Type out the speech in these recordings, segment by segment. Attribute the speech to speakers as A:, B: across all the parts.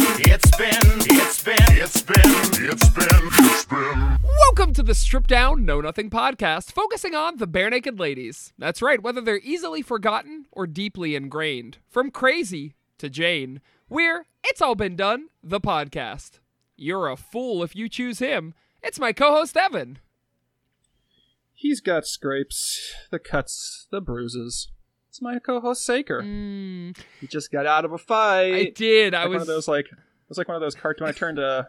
A: been, it's been, it's been, it's been, it's been.
B: Welcome to the Strip Down Know Nothing podcast, focusing on the bare naked ladies. That's right, whether they're easily forgotten or deeply ingrained. From crazy to Jane, we're It's All Been Done, the podcast. You're a fool if you choose him. It's my co host, Evan.
C: He's got scrapes, the cuts, the bruises. It's my co-host Saker.
B: Mm.
C: He just got out of a fight.
B: I did. I
C: Mm. like one
B: was.
C: of those like it was like one of those cartoon. I turned uh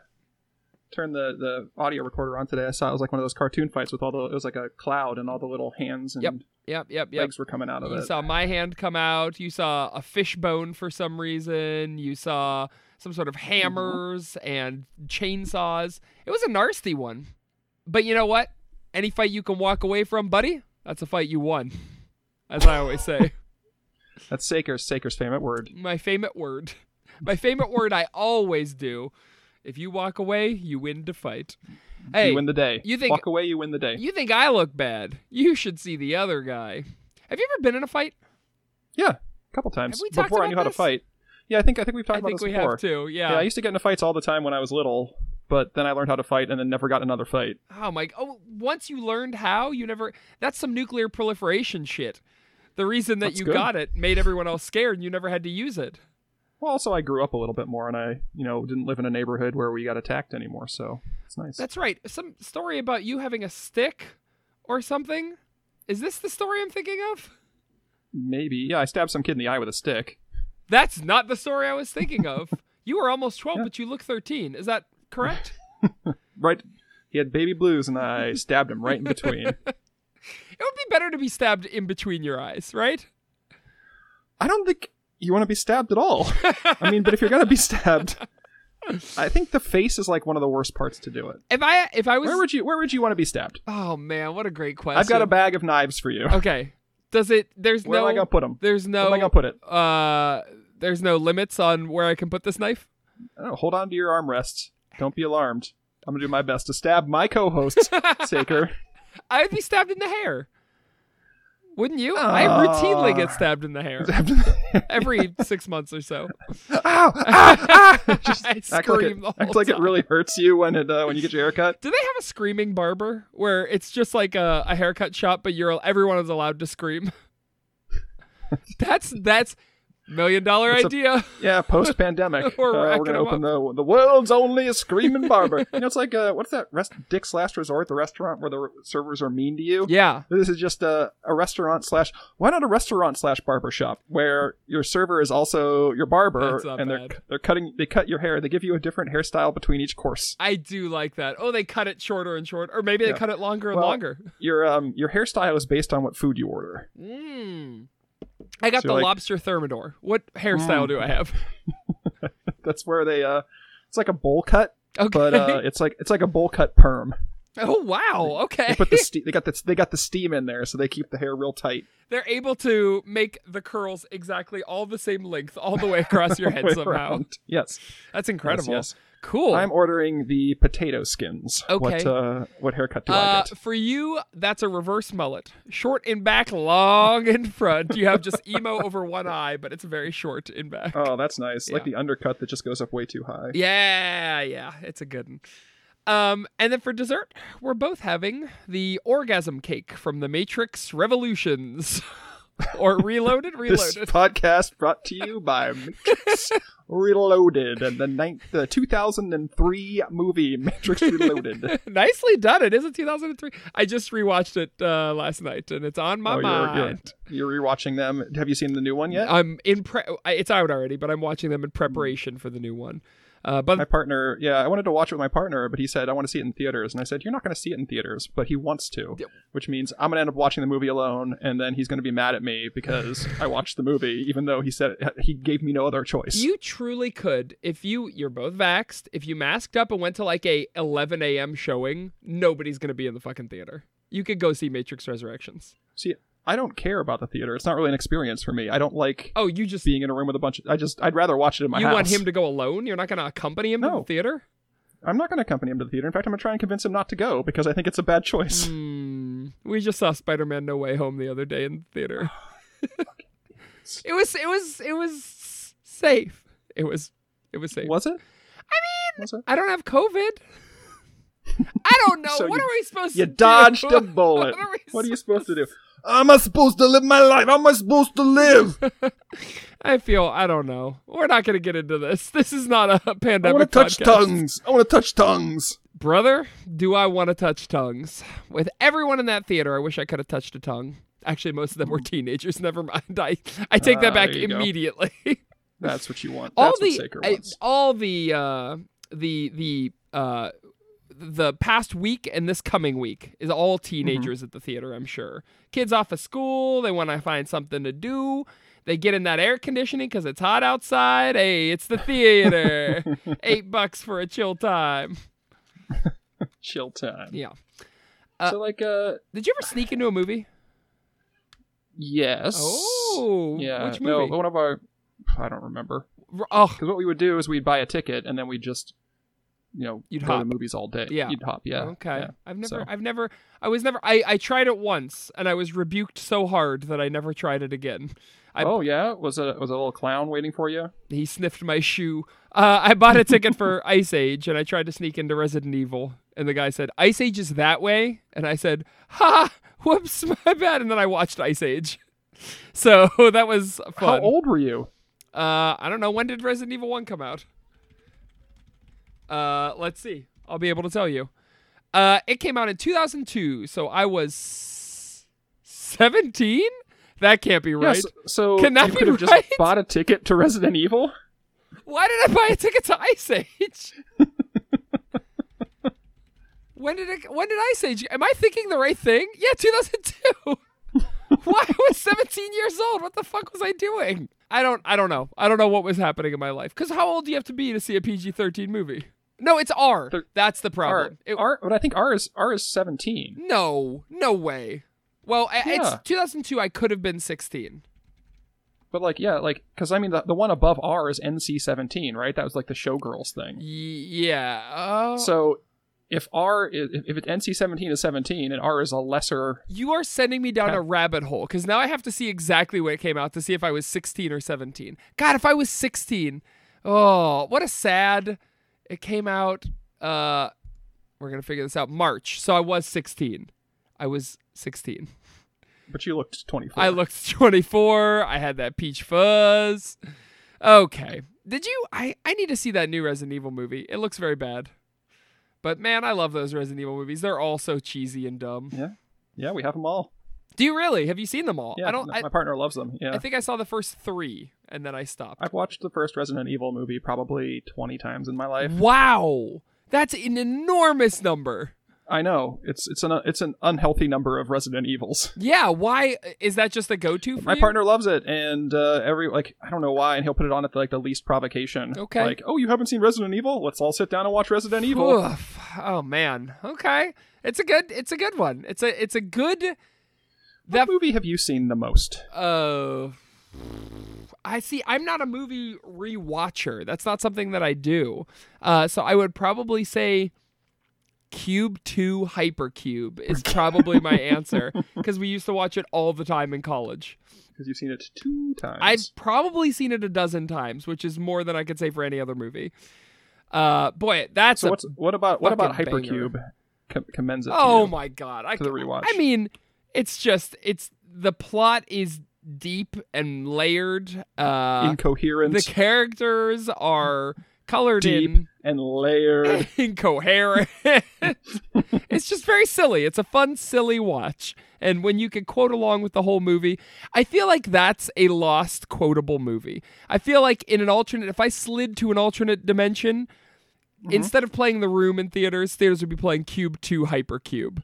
C: turned the the audio recorder on today. I saw it was like one of those cartoon fights with all the it was like a cloud and all the little hands and
B: Yep, Yep, yep, yep.
C: legs were coming out of
B: You
C: it.
B: saw my hand come out. You saw a fishbone for some reason. You saw some sort of hammers and chainsaws. It was a nasty one. But you know what? Any fight you can walk away from, buddy, that's a fight you won. As I always say,
C: That's Saker's Saker's favorite word.
B: my favorite word. My favorite word I always do. If you walk away, you win the fight. Hey,
C: you win the day.
B: you think-
C: walk away, you win the day.
B: you think I look bad. You should see the other guy. Have you ever been in a fight?
C: yeah, a couple times
B: we talked
C: before I
B: about
C: knew how to
B: this?
C: fight. Yeah, I think I think we've talked
B: I
C: about
B: think
C: this
B: we
C: before.
B: have too.
C: yeah, I used to get into fights all the time when I was little, but then I learned how to fight and then never got another fight.
B: Oh my! Oh, once you learned how, you never—that's some nuclear proliferation shit. The reason that
C: That's
B: you
C: good.
B: got it made everyone else scared, and you never had to use it.
C: Well, also I grew up a little bit more, and I, you know, didn't live in a neighborhood where we got attacked anymore, so it's nice.
B: That's right. Some story about you having a stick or something. Is this the story I'm thinking of?
C: Maybe, yeah, I stabbed some kid in the eye with a stick.
B: That's not the story I was thinking of. you were almost 12,
C: Yeah.
B: but you look 13. Is that correct?
C: Right, he had baby blues, and I stabbed him right in between.
B: it would be better to be stabbed in between your eyes, right?
C: I don't think you want to be stabbed at all. I mean, but if you're gonna be stabbed, I think the face is like one of the worst parts to do it.
B: If I if I was
C: Where would you Where would you want to be stabbed?
B: oh man, what a great question.
C: I've got a bag of knives for you.
B: Okay. Does it? There's
C: Where
B: no.
C: am I gonna put them?
B: There's no.
C: Where am I gonna put it?
B: Uh, there's no limits on where I can put this knife.
C: I don't know, Oh, hold on to your armrests. Don't be alarmed. I'm gonna do my best to stab my co-host, Saker.
B: I'd be stabbed in the hair. Wouldn't you? I routinely get stabbed in the hair every six months or so.
C: Ow! Ah! ah!
B: I
C: act like, it,
B: scream the
C: act
B: whole
C: like it
B: time.
C: really hurts you when it uh, when you get your haircut.
B: Do they have a screaming barber where it's just like a, a haircut shop, but you're everyone is allowed to scream? that's that's million dollar
C: It's a-
B: idea.
C: Yeah, post pandemic,
B: We're
C: we're,
B: racking
C: gonna
B: 'em
C: open the the world's only screaming barber. you know, it's like uh, what's that? Rest, Dick's Last Resort, the restaurant where the r- servers are mean to you.
B: yeah,
C: This is just a, a restaurant slash why not a restaurant slash barber shop where your server is also your barber
B: That's not
C: and they're
B: bad.
C: they're cutting they cut your hair they give you a different hairstyle between each course
B: I do like that. Oh, they cut it shorter and shorter, or maybe they
C: Yeah.
B: cut it longer and
C: Well,
B: longer.
C: your um your hairstyle is based on what food you order
B: Mm. I got
C: So,
B: the
C: like-
B: lobster thermidor. What hairstyle
C: Mm.
B: do I have?
C: that's where they uh it's like a bowl cut
B: Okay.
C: but uh it's like it's like a bowl cut perm
B: oh wow.
C: they
B: Okay.
C: put the ste- they got the they got the steam in there, so they keep the hair real tight.
B: They're able to make the curls exactly all the same length all the way across your head
C: Way
B: somehow.
C: around. Yes,
B: That's incredible.
C: Yes,
B: Cool.
C: yes. I'm ordering the potato skins.
B: Okay.
C: What uh, what haircut do I
B: uh,
C: get?
B: for you, that's a reverse mullet. Short in back, long in front. You have just emo over one eye, but it's very short in back.
C: Oh, that's nice. Like
B: yeah.
C: the undercut that just goes up way too high.
B: Yeah, yeah, it's a good one. Um, and then for dessert, we're both having the orgasm cake from the Matrix Revolutions, or Reloaded,
C: This
B: Reloaded.
C: podcast brought to you by Matrix Reloaded and the, ninth, the 2003 movie Matrix Reloaded.
B: Nicely done. It is a 2003. I just rewatched it uh, last night, and it's on my
C: Oh, you're, you're,
B: mind.
C: you're rewatching them. Have you seen the new one yet?
B: I'm in pre. I- It's out already, but I'm watching them in preparation for the new one. Uh, but
C: my partner yeah i wanted to watch it with my partner but he said i want to see it in theaters and i said you're not going to see it in theaters but he wants to
B: Yep.
C: which means i'm going to end up watching the movie alone and then he's going to be mad at me because i watched the movie even though he said uh, he gave me no other choice
B: You truly could if you you're both vaxxed. If you masked up and went to like a 11 a.m. showing, nobody's gonna be in the fucking theater. You could go see Matrix Resurrections.
C: see i don't care about the theater it's not really an experience for me i don't like
B: Oh, you just
C: being in a room with a bunch of i just i'd rather watch it in my
B: you
C: house
B: want him to go alone? You're not gonna accompany him to
C: No.
B: the theater?
C: i'm not going to accompany him to the theater in fact i'm going to try and convince him not to go because i think it's a bad choice
B: Hmm. We just saw Spider-Man No Way Home the other day in the theater. it was it was it was safe. It was it was safe.
C: was it
B: Mm. I
C: What's that?
B: I don't have COVID. I don't know.
C: So
B: what
C: you-
B: are we supposed
C: You
B: to do?
C: dodged a bullet.
B: What are, we
C: What are you
B: sup-
C: supposed to do? How am I supposed to live my life? How am I supposed to live?
B: I feel I don't know. We're not going to get into this. This is not a
C: I
B: pandemic
C: want to touch
B: podcast.
C: tongues. I want to touch tongues.
B: Brother, do I want to touch tongues? With everyone in that theater, I wish I could have touched a tongue. Actually, most of them were teenagers. Never mind. I, I take that
C: Hmm. Ah,
B: back
C: there you go.
B: immediately.
C: That's what you want.
B: all
C: That's what
B: the
C: Saker
B: I-
C: wants.
B: all the uh, the the uh, the past week and this coming week is all teenagers
C: Mm-hmm.
B: at the theater. I'm sure kids off of school. They want to find something to do. They get in that air conditioning because it's hot outside. Hey, it's the theater. Eight bucks for a chill time.
C: Chill time.
B: Yeah. uh,
C: so like uh
B: Did you ever sneak into a movie?
C: yes.
B: Oh,
C: Yeah.
B: Which movie?
C: No, one of our I don't remember.
B: R- Oh,
C: Because what we would do is we'd buy a ticket and then we'd just you know
B: You'd
C: go
B: hop.
C: to the movies all day.
B: Yeah.
C: You'd hop, yeah.
B: Okay.
C: yeah.
B: I've never,
C: so-
B: I've never, I was never, I, I tried it once and I was rebuked so hard that I never tried it again. I-
C: oh yeah? Was a was a little clown waiting for you?
B: He sniffed my shoe. Uh, I bought a ticket for Ice Age and I tried to sneak into Resident Evil. And the guy said, Ice Age is that way. And I said, ha, whoops, my bad. And then I watched Ice Age. So that was
C: How
B: fun.
C: old were you?
B: Uh, I don't know. When did Resident Evil 1 come out? Uh, let's see. I'll be able to tell you. Uh, it came out in 2002, so I was 17? That can't be right.
C: Yes. So
B: Can that
C: you
B: be
C: could have
B: right?
C: just bought a ticket to Resident Evil.
B: Why did I buy a ticket to Ice Age? when did it, when did Ice Age? Am I thinking the right thing? Yeah, 2002. Why I was 17 years old? What the fuck was I doing? I don't I don't know. I don't know what was happening in my life. Cuz how old do you have to be to see a PG-13 movie? No, it's R.
C: Thir-
B: That's the problem.
C: R,
B: It-
C: R, but I think R is R is seventeen.
B: no, no way. Well, I
C: Yeah.
B: it's 2002. I could have been 16.
C: But like, yeah, like, because I mean, the, the one above R is NC seventeen, right? That was like the showgirls
B: Y-
C: thing.
B: yeah. Oh.
C: So if R is if if NC seventeen is seventeen and R is a lesser,
B: You are sending me down
C: Okay.
B: a rabbit hole because now I have to see exactly when it came out to see if I was 16 or 17. God, if I was 16, oh, what a sad. It came out. Uh, we're gonna figure this out. March, so I was 16. I was 16.
C: but you looked twenty four.
B: I looked 24. I had that peach fuzz. Okay. Did you? I I need to see that new Resident Evil movie. It looks very bad. But man, I love those Resident Evil movies. They're all so cheesy and dumb.
C: Yeah, we have them all.
B: Do you really? Have you seen them all?
C: Yeah,
B: I don't.
C: my
B: I,
C: partner loves them. Yeah,
B: I think I saw the first three and then I stopped.
C: I've watched the first Resident Evil movie probably twenty times in my life.
B: Wow. That's an enormous number.
C: I know it's it's an it's an unhealthy number of Resident Evils.
B: Yeah, why is that just a go-to for
C: My
B: you?
C: partner loves it, and uh, every like I don't know why, and he'll put it on at like the least provocation.
B: Okay.
C: Like, oh, you haven't seen Resident Evil? Let's all sit down and watch Resident Evil.
B: Oof. Oh man. Okay. It's a good it's a good one. It's a it's a good
C: What
B: That-
C: movie have you seen the most?
B: uh I see I'm not a movie rewatcher. That's not something that I do. Uh so I would probably say Cube 2 Hypercube is probably my answer because we used to watch it all the time in college.
C: Because you've seen it two times.
B: I've probably seen it a dozen times, which is more than I could say for any other movie. Uh, boy, that's
C: so
B: a,
C: what's what about what about
B: fucking banger.
C: Hypercube? Com- commends it. to
B: oh
C: you
B: my god! I
C: to the
B: c-
C: rewatch.
B: I mean, it's just it's the plot is deep and layered. Uh,
C: incoherent
B: the characters are colored
C: Deep.
B: in
C: and layered.
B: incoherent. it's just very silly. It's a fun, silly watch. And when you can quote along with the whole movie, I feel like that's a lost quotable movie. I feel like in an alternate, if I slid to an alternate dimension, instead of playing The Room in theaters, theaters would be playing Cube 2 Hypercube.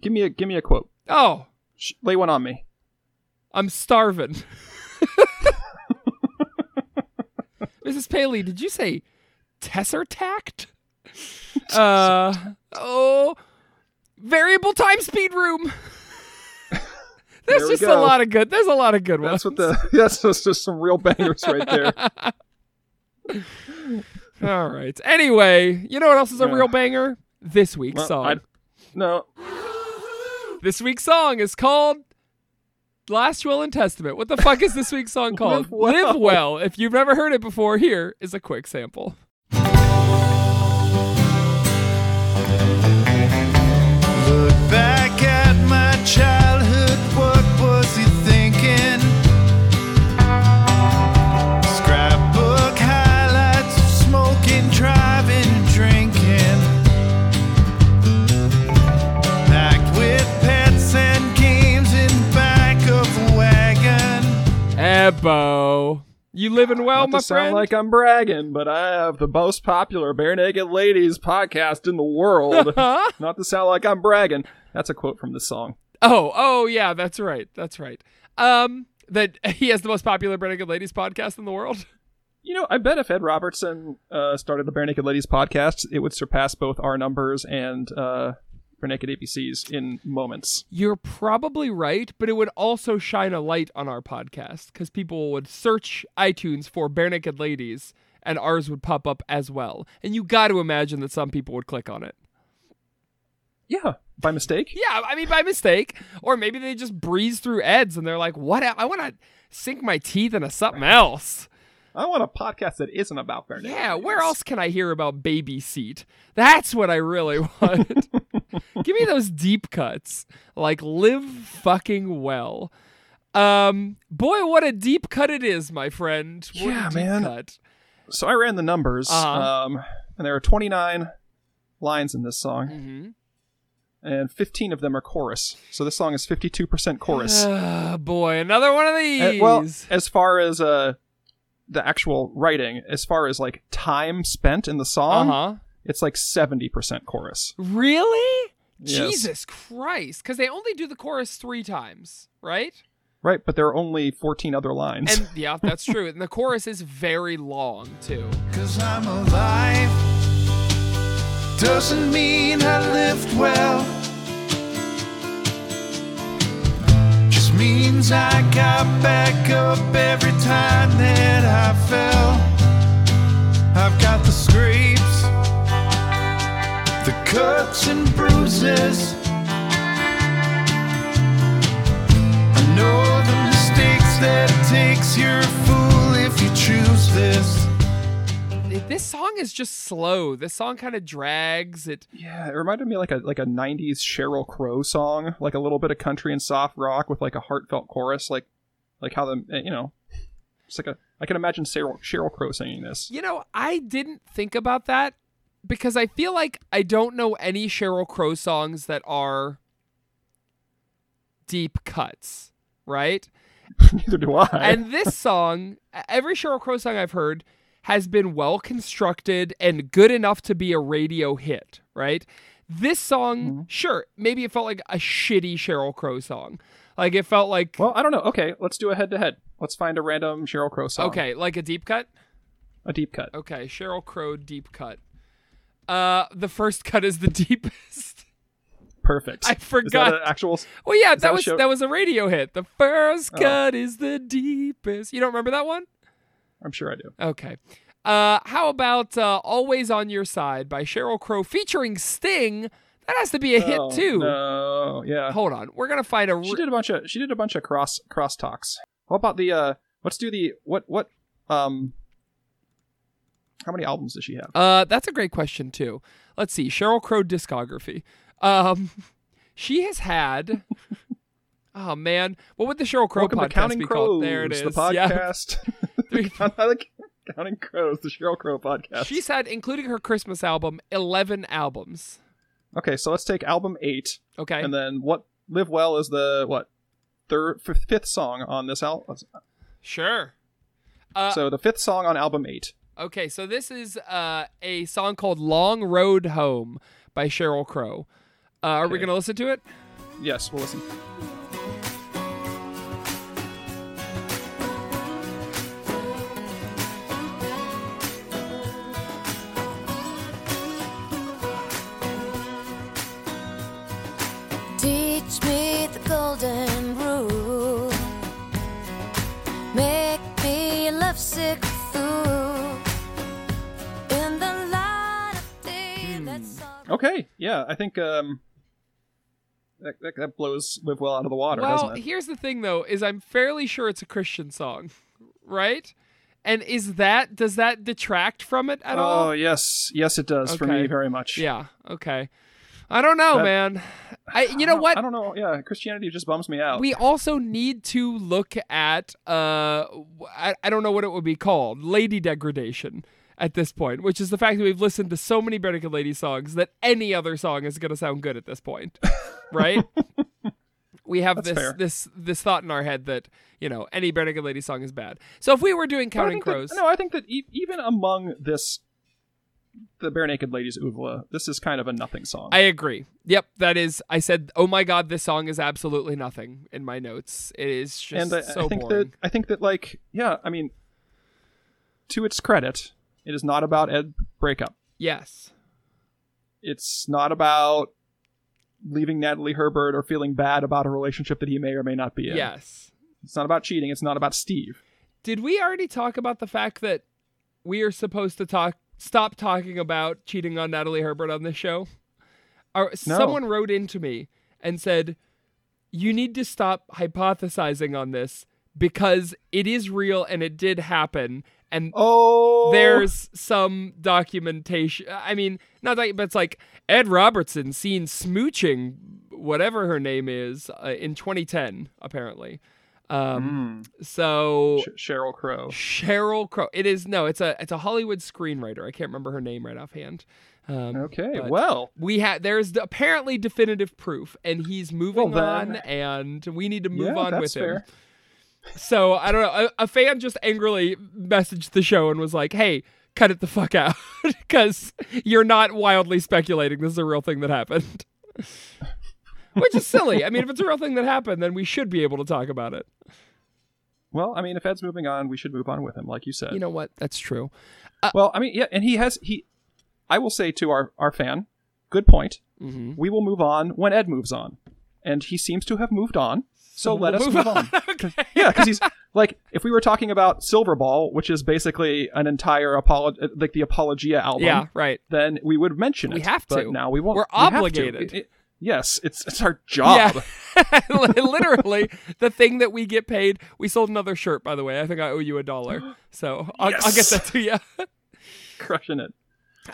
C: give me a give me a quote.
B: Oh,
C: Sh- lay one on me.
B: I'm starving. Mrs. Paley, did you say tessertact? uh, oh, variable time speed room. there's
C: There we
B: just a
C: go.
B: lot of good. There's a lot of good
C: That's what
B: ones.
C: the that's that's just some real bangers right there.
B: All right. Anyway, you know what else is a
C: Yeah.
B: real banger? This week's
C: Well,
B: song.
C: I- no,
B: This week's song is called Last Will and Testament. What the fuck is this week's song called?
C: Well.
B: Live Well. If you've never heard it before, here is a quick sample.
D: Look back at my childhood, what was he thinking? Scrapbook highlights of smoking, driving, and drinking. Packed with pets and games in back of a wagon.
B: Ebbo. You living well, Oh,
C: Not
B: my
C: to sound
B: friend?
C: like I'm bragging, but I have the most popular bare naked ladies podcast in the world. Not to sound like I'm bragging. That's a quote from this song.
B: oh, oh yeah, that's right. That's right. Um that he has the most popular Bare Naked Ladies podcast in the world.
C: You know, I bet if Ed Robertson uh, started the Bare Naked Ladies podcast, it would surpass both our numbers and uh, Bare Naked ABCs in moments.
B: You're probably right, but it would also shine a light on our podcast because people would search iTunes for Bare Naked Ladies and ours would pop up as well. And you got to imagine that some people would click on it.
C: Yeah, by mistake.
B: Yeah, I mean by mistake, or maybe they just breeze through Ed's and they're like, "What? I want to sink my teeth into something else."
C: I want a podcast that isn't about bare naked.
B: Yeah, where
C: ladies.
B: else can I hear about baby seat? That's what I really want. Give me those deep cuts. Like live fucking well. Um boy, what a deep cut it is, my friend. What a
C: Yeah,
B: deep
C: man.
B: Cut.
C: So I ran the numbers,
B: Uh-huh.
C: um, and there are 29 lines in this song.
B: Mhm.
C: and 15 of them are chorus. So this song is 52% chorus.
B: Ah, boy, another one of
C: Uh,
B: these.
C: well, as far as uh, the actual writing, as far as like time spent in the song,
B: uh-huh.
C: it's like 70% chorus.
B: Really?
C: Yes.
B: Jesus Christ, cuz they only do the chorus 3 times, right?
C: Right, but there are only 14 other lines.
B: And yeah, that's true. And the chorus is very long, too.
D: Cause I'm alive doesn't mean I lived well. Just means I got back up every time that I fell. I've got the scrapes, the cuts and bruises. I know the mistakes that it takes. You're a fool if you choose this.
B: This song is just slow. This song kind of drags. It
C: yeah, it reminded me like a like a 90s Cheryl Crow song, like a little bit of country and soft rock with like a heartfelt chorus, like like how the eh, you know, it's like a I can imagine Cheryl, Cheryl Crow singing this.
B: You know, I didn't think about that because I feel like I don't know any Cheryl Crow songs that are deep cuts, right?
C: Neither do I.
B: And this song, e, every Cheryl Crow song I've heard has been well constructed and good enough to be a radio hit, right? This song, sure, maybe it felt like a shitty Cheryl Crow song. Like it felt like
C: Well, I don't know. Okay, let's do a head to head. Let's find a random Cheryl Crow song.
B: okay, like a deep cut.
C: A deep cut.
B: Okay, Cheryl Crow deep cut. Uh, the first cut is the deepest.
C: Perfect.
B: I forgot.
C: Is that an actual.
B: Well, yeah, that,
C: that a
B: was
C: show- Oh.
B: that was a radio hit. The first cut is the deepest. You don't remember that one?
C: I'm sure I do.
B: Okay. Uh, how about uh, "Always on Your Side" by Cheryl Crow featuring Sting? That has to be a
C: Oh,
B: hit too.
C: No, yeah.
B: Hold on, we're gonna find a. re-
C: She did a bunch of. She did a bunch of cross cross talks. What about the? uh Let's do the. What what? Um. How many albums does she have?
B: Uh, that's a great question too. Let's see, Cheryl Crow discography. Um, she has had. oh man, what would the Cheryl Crow
C: Welcome
B: podcast
C: to Counting
B: be
C: Crows,
B: called? There it is.
C: the
B: Yeah.
C: podcast.
B: Three-
C: Counting Crows, the Cheryl Crow podcast.
B: She's had, including her Christmas album, eleven albums.
C: Okay, so let's take album eight,
B: Okay.
C: and then what? Live well is the what? Third, f- fifth song on this album.
B: sure. Uh,
C: so the fifth song on album eight.
B: Okay, so this is uh, a song called "Long Road Home" by Cheryl Crow. Uh, are we
C: Okay.
B: gonna listen to it?
C: Yes, we'll listen.
E: Teach me the golden rule. Make me lovesick through. In the light of day, that's all.
C: Okay, yeah, I think um, that, that, that blows Live Well out of the water,
B: well,
C: doesn't it?
B: here's the thing though: is I'm fairly sure it's a Christian song, right? And is that does that detract from it at all?
C: Oh yes, yes it does for
B: Okay.
C: me very much.
B: Yeah. Okay. I don't know,
C: That-
B: man. I you know
C: I
B: what?
C: don't know. Yeah, Christianity just bums me out.
B: We also need to look at uh w- I, I don't know what it would be called, lady degradation at this point, which is the fact that we've listened to so many Bernica Lady songs that any other song is going to sound good at this point. Right? we have
C: That's
B: this
C: fair.
B: this this thought in our head that, you know, any Bernica Lady song is bad. So if we were doing
C: But I
B: Counting
C: think that-
B: Crows,
C: no, I think that e- even among this, the bare naked ladies oeuvre, this is kind of a nothing song.
B: I agree. Yep, that is. I said, "Oh my God, this song is absolutely nothing." In my notes, it is just
C: and I, I
B: so
C: think
B: boring.
C: that I think that like yeah, I mean, to its credit, it is not about Ed breakup.
B: Yes,
C: It's not about leaving Natalie Herbert or feeling bad about a relationship that he may or may not be in.
B: yes.
C: It's not about cheating. It's not about Steve.
B: Did we already talk about the fact that we are supposed to talk stop talking about cheating on Natalie Herbert on this show? Or, Someone wrote into me and said, "You need to stop hypothesizing on this because it is real and it did happen." And
C: Oh,
B: there's some documentation. I mean, not that, but it's like Ed Robertson seen smooching whatever her name is uh, in 2010, apparently. Um, So
C: Sh- Cheryl Crow.
B: Cheryl Crow. It is no, it's a it's a Hollywood screenwriter. I can't remember her name right offhand. Um,
C: Okay,
B: but-
C: well,
B: we had there's the- apparently definitive proof, and he's moving
C: Well,
B: on,
C: then-
B: and we need to move
C: yeah,
B: on
C: that's
B: with him.
C: fair.
B: So I don't know. A, a fan just angrily messaged the show and was like, "Hey, cut it the fuck out, because you're not wildly speculating. This is a real thing that happened." Which is silly. I mean, if it's a real thing that happened, then we should be able to talk about it.
C: Well, I mean, if Ed's moving on, we should move on with him, like you said.
B: You know what? That's true.
C: well, I mean, yeah, and he has he. I will say to our our fan, good point.
B: Mhm.
C: We will move on when Ed moves on, and he seems to have moved on. So let us move on.
B: okay.
C: yeah, because he's like, if we were talking about Silverball, which is basically an entire apolog uh, like the Apologia album.
B: Yeah, right.
C: Then we would mention it.
B: We have
C: but
B: to.
C: now we won't.
B: We're
C: We have to.
B: obligated.
C: It- it- yes, it's it's our job.
B: Yeah. Literally, the thing that we get paid. We sold another shirt, by the way. I think I owe you a dollar. So I'll, I'll get
C: Yes.
B: that to you.
C: Crushing it.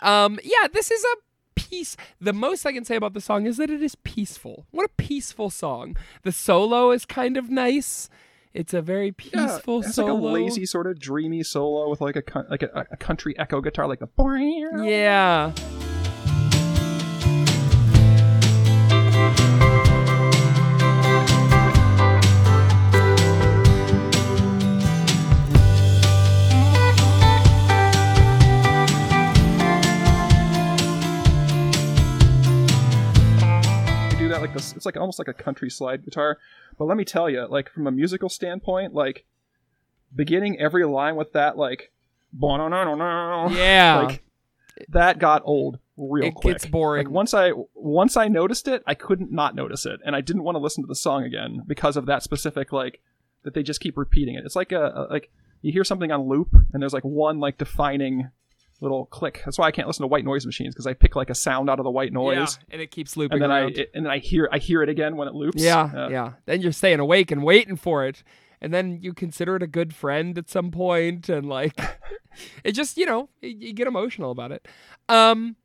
B: Um, yeah, this is a piece. The most I can say about the song is that it is peaceful. What a peaceful song. The solo is kind of nice. It's a very
C: Yeah,
B: peaceful
C: it's
B: solo.
C: like a lazy sort of dreamy solo with like a coun- like a, a country echo guitar, like the
B: Yeah.
C: you do that like this it's like almost like a country slide guitar but let me tell you like from a musical standpoint like beginning every line with that like "Ba-na-na-na-na,"
B: Yeah.
C: like that got old real
B: It
C: quick
B: gets boring.
C: like once i once i noticed it i couldn't not notice it and i didn't want to listen to the song again because of that specific like that they just keep repeating it it's like a, a like you hear something on loop and there's like one like defining little click that's why i can't listen to white noise machines because i pick like a sound out of the white noise
B: yeah. And it keeps looping
C: and then I
B: around.
C: it, and then I hear I hear it again when it loops.
B: Yeah,
C: Uh,
B: yeah. Then you're staying awake and waiting for it. And then you consider it a good friend at some point and like it just, you know, y- you get emotional about it. Um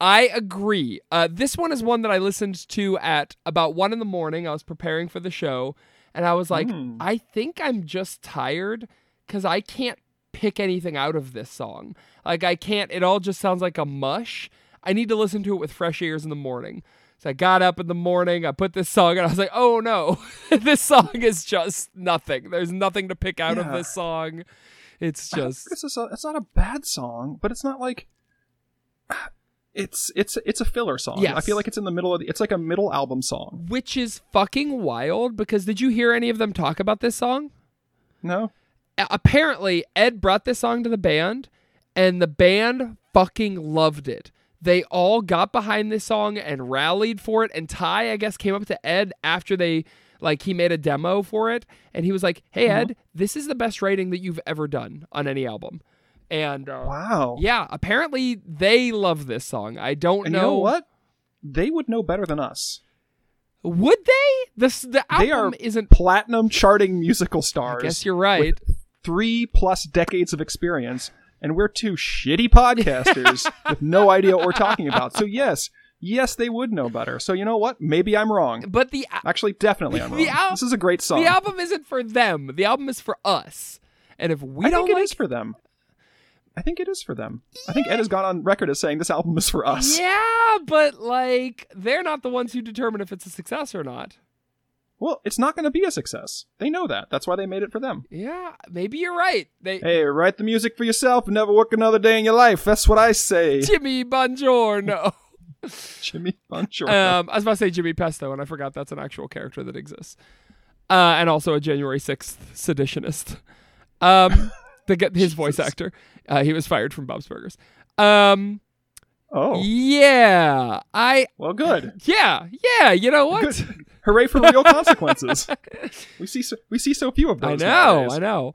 B: I agree. Uh this one is one that I listened to at about 1 in the morning. I was preparing for the show and I was like,
C: Mm.
B: I think I'm just tired cuz I can't pick anything out of this song. Like I can't it all just sounds like a mush. I need to listen to it with fresh ears in the morning. So I got up in the morning, I put this song, and I was like, oh no, this song is just nothing. There's nothing to pick out of
C: Yeah.
B: this song. It's just
C: This is a, it's not a bad song, but it's not like it's it's it's a filler song.
B: Yes.
C: I feel like it's in the middle of the, it's like a middle album song.
B: which is fucking wild because did you hear any of them talk about this song?
C: No,
B: A- Apparently, Ed brought this song to the band, and the band fucking loved it. They all got behind this song and rallied for it. And Ty, I guess, came up to Ed after they like he made a demo for it, and he was like, "Hey,
C: Mm-hmm.
B: Ed, this is the best rating that you've ever done on any album." And uh,
C: wow.
B: Yeah, apparently they love this song. I don't
C: and
B: know.
C: you know what? They would know better than us.
B: Would they? This the
C: They
B: album
C: are
B: isn't.
C: platinum charting musical stars.
B: Guess you're right.
C: with three plus decades of experience, and we're two shitty podcasters with no idea what we're talking about. So yes, yes, they would know better. So you know what? Maybe I'm wrong.
B: But the
C: Actually, definitely I'm
B: The
C: wrong.
B: al-
C: this is a great song.
B: the album isn't for them. The album is for us. And if we
C: I
B: don't
C: think it
B: like
C: is for them. I think it is for them. I think Ed has gone on record as saying this album is for us.
B: Yeah, but like they're not the ones who determine if it's a success or not.
C: Well, it's not going to be a success. They know that. That's why they made it for them.
B: Yeah, maybe you're right. They
C: Hey, write the music for yourself and never work another day in your life. That's what I say.
B: Jimmy Bongiorno.
C: Jimmy Buncher.
B: Um, I was about to say Jimmy Pesto, and I forgot that's an actual character that exists, uh, and also a January sixth seditionist. Um, the g- his voice actor, uh, he was fired from Bob's Burgers. Um,
C: oh,
B: yeah, I
C: well, good.
B: yeah yeah. You know what?
C: Good. Hooray for real consequences. we see so, we see so few of
B: I
C: those.
B: know,
C: nowadays.
B: I know.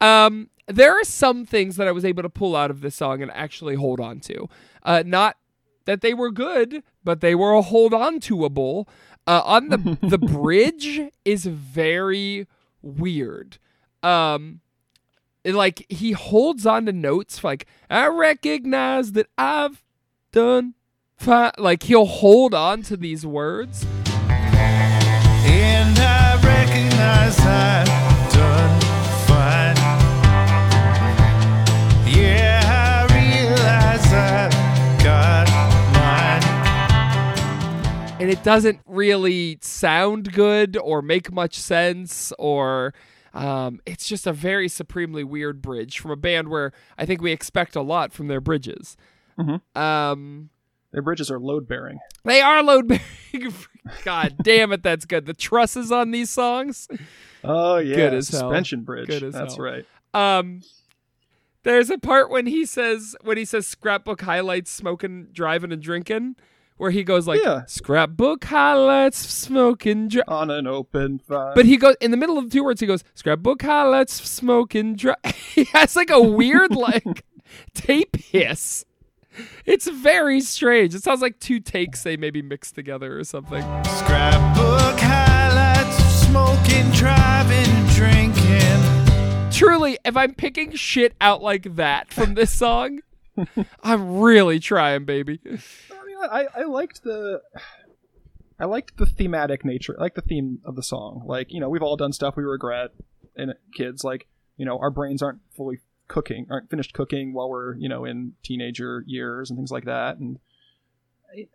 B: Um, there are some things that I was able to pull out of this song and actually hold on to. Uh, not that they were good, but they were a hold on to a bull. Uh, on the the bridge is very weird. Um, it, like he holds on to notes like I recognize that I've done fi-. like he'll hold on to these words.
D: And I recognize I've done fine. Yeah, I realize I've got mine.
B: and it doesn't really sound good or make much sense or um, it's just a very supremely weird bridge from a band where I think we expect a lot from their bridges. Um,
C: Their bridges are load bearing.
B: they are load bearing. God damn it, that's good. The trusses on these songs.
C: Oh yeah,
B: Good as hell.
C: suspension bridge.
B: Good as
C: That's
B: hell.
C: right.
B: Um, there's a part when he says when he says scrapbook highlights smoking, driving, and drinking, where he goes like
C: Yeah.
B: scrapbook highlights smoking, dri-
C: On an open fire.
B: But he goes in the middle of two words. He goes scrapbook highlights, smoke and dry. he has like a weird like tape hiss. It's very strange. It sounds like two takes they maybe mixed together or something.
D: Scrapbook highlights of smoking, driving, and drinking.
B: Truly, if I'm picking shit out like that from this song, I'm really trying, baby.
C: I, mean, I, I liked the I liked the thematic nature, I like the theme of the song. Like you know, we've all done stuff we regret, and kids like you know, our brains aren't fully cooking, aren't finished cooking while we're you know in teenager years and things like that. And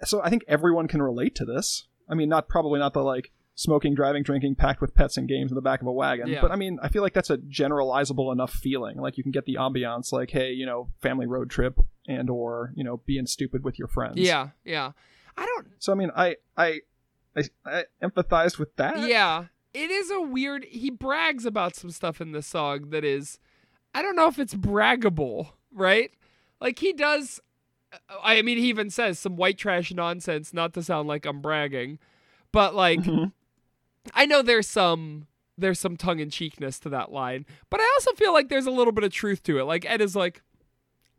C: so I think everyone can relate to this. I mean, not probably not the like smoking, driving, drinking, packed with pets and games in the back of a wagon.
B: Yeah.
C: But I mean, I feel like that's a generalizable enough feeling. Like you can get the ambiance, like hey, you know, family road trip and or you know being stupid with your friends.
B: Yeah, yeah. I don't.
C: So I mean, I I I, I empathized with that.
B: Yeah, it is a weird. He brags about some stuff in this song that is, I don't know if it's braggable, right? Like he does. uh, I mean, he even says some white trash nonsense, not to sound like I'm bragging, but like,
C: Mhm.
B: I know there's some there's some tongue in cheekness to that line, but I also feel like there's a little bit of truth to it. Like Ed is like,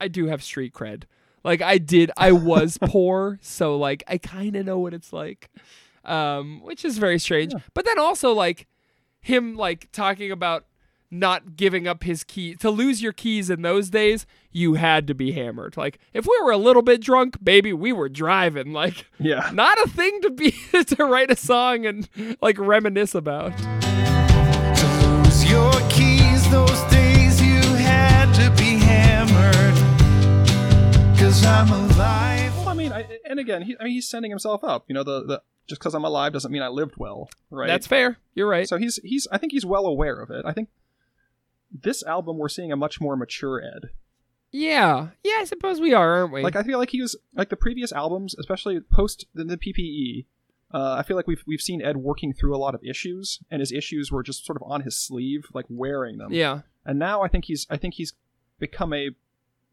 B: I do have street cred. Like I did, I was poor, so like I kind of know what it's like, um, which is very strange. But then also like him like talking about not giving up his key to lose your keys in those days, you had to be hammered. Like if we were a little bit drunk, baby, we were driving. Like
C: Yeah.
B: not a thing to be to write a song and like reminisce about.
D: To lose your keys those days you had to be hammered. Cause I'm alive.
C: Well, I mean, I, and again, he, I mean, he's sending himself up. You know, the, the just because I'm alive doesn't mean I lived well, right?
B: That's fair. You're right.
C: so he's he's I think he's well aware of it. I think this album we're seeing a much more mature Ed.
B: yeah, yeah. I suppose we are, aren't we?
C: Like I feel like he was like the previous albums, especially post the, the PPE. Uh, I feel like we've we've seen Ed working through a lot of issues, and his issues were just sort of on his sleeve, like wearing them.
B: yeah.
C: and now I think he's I think he's become a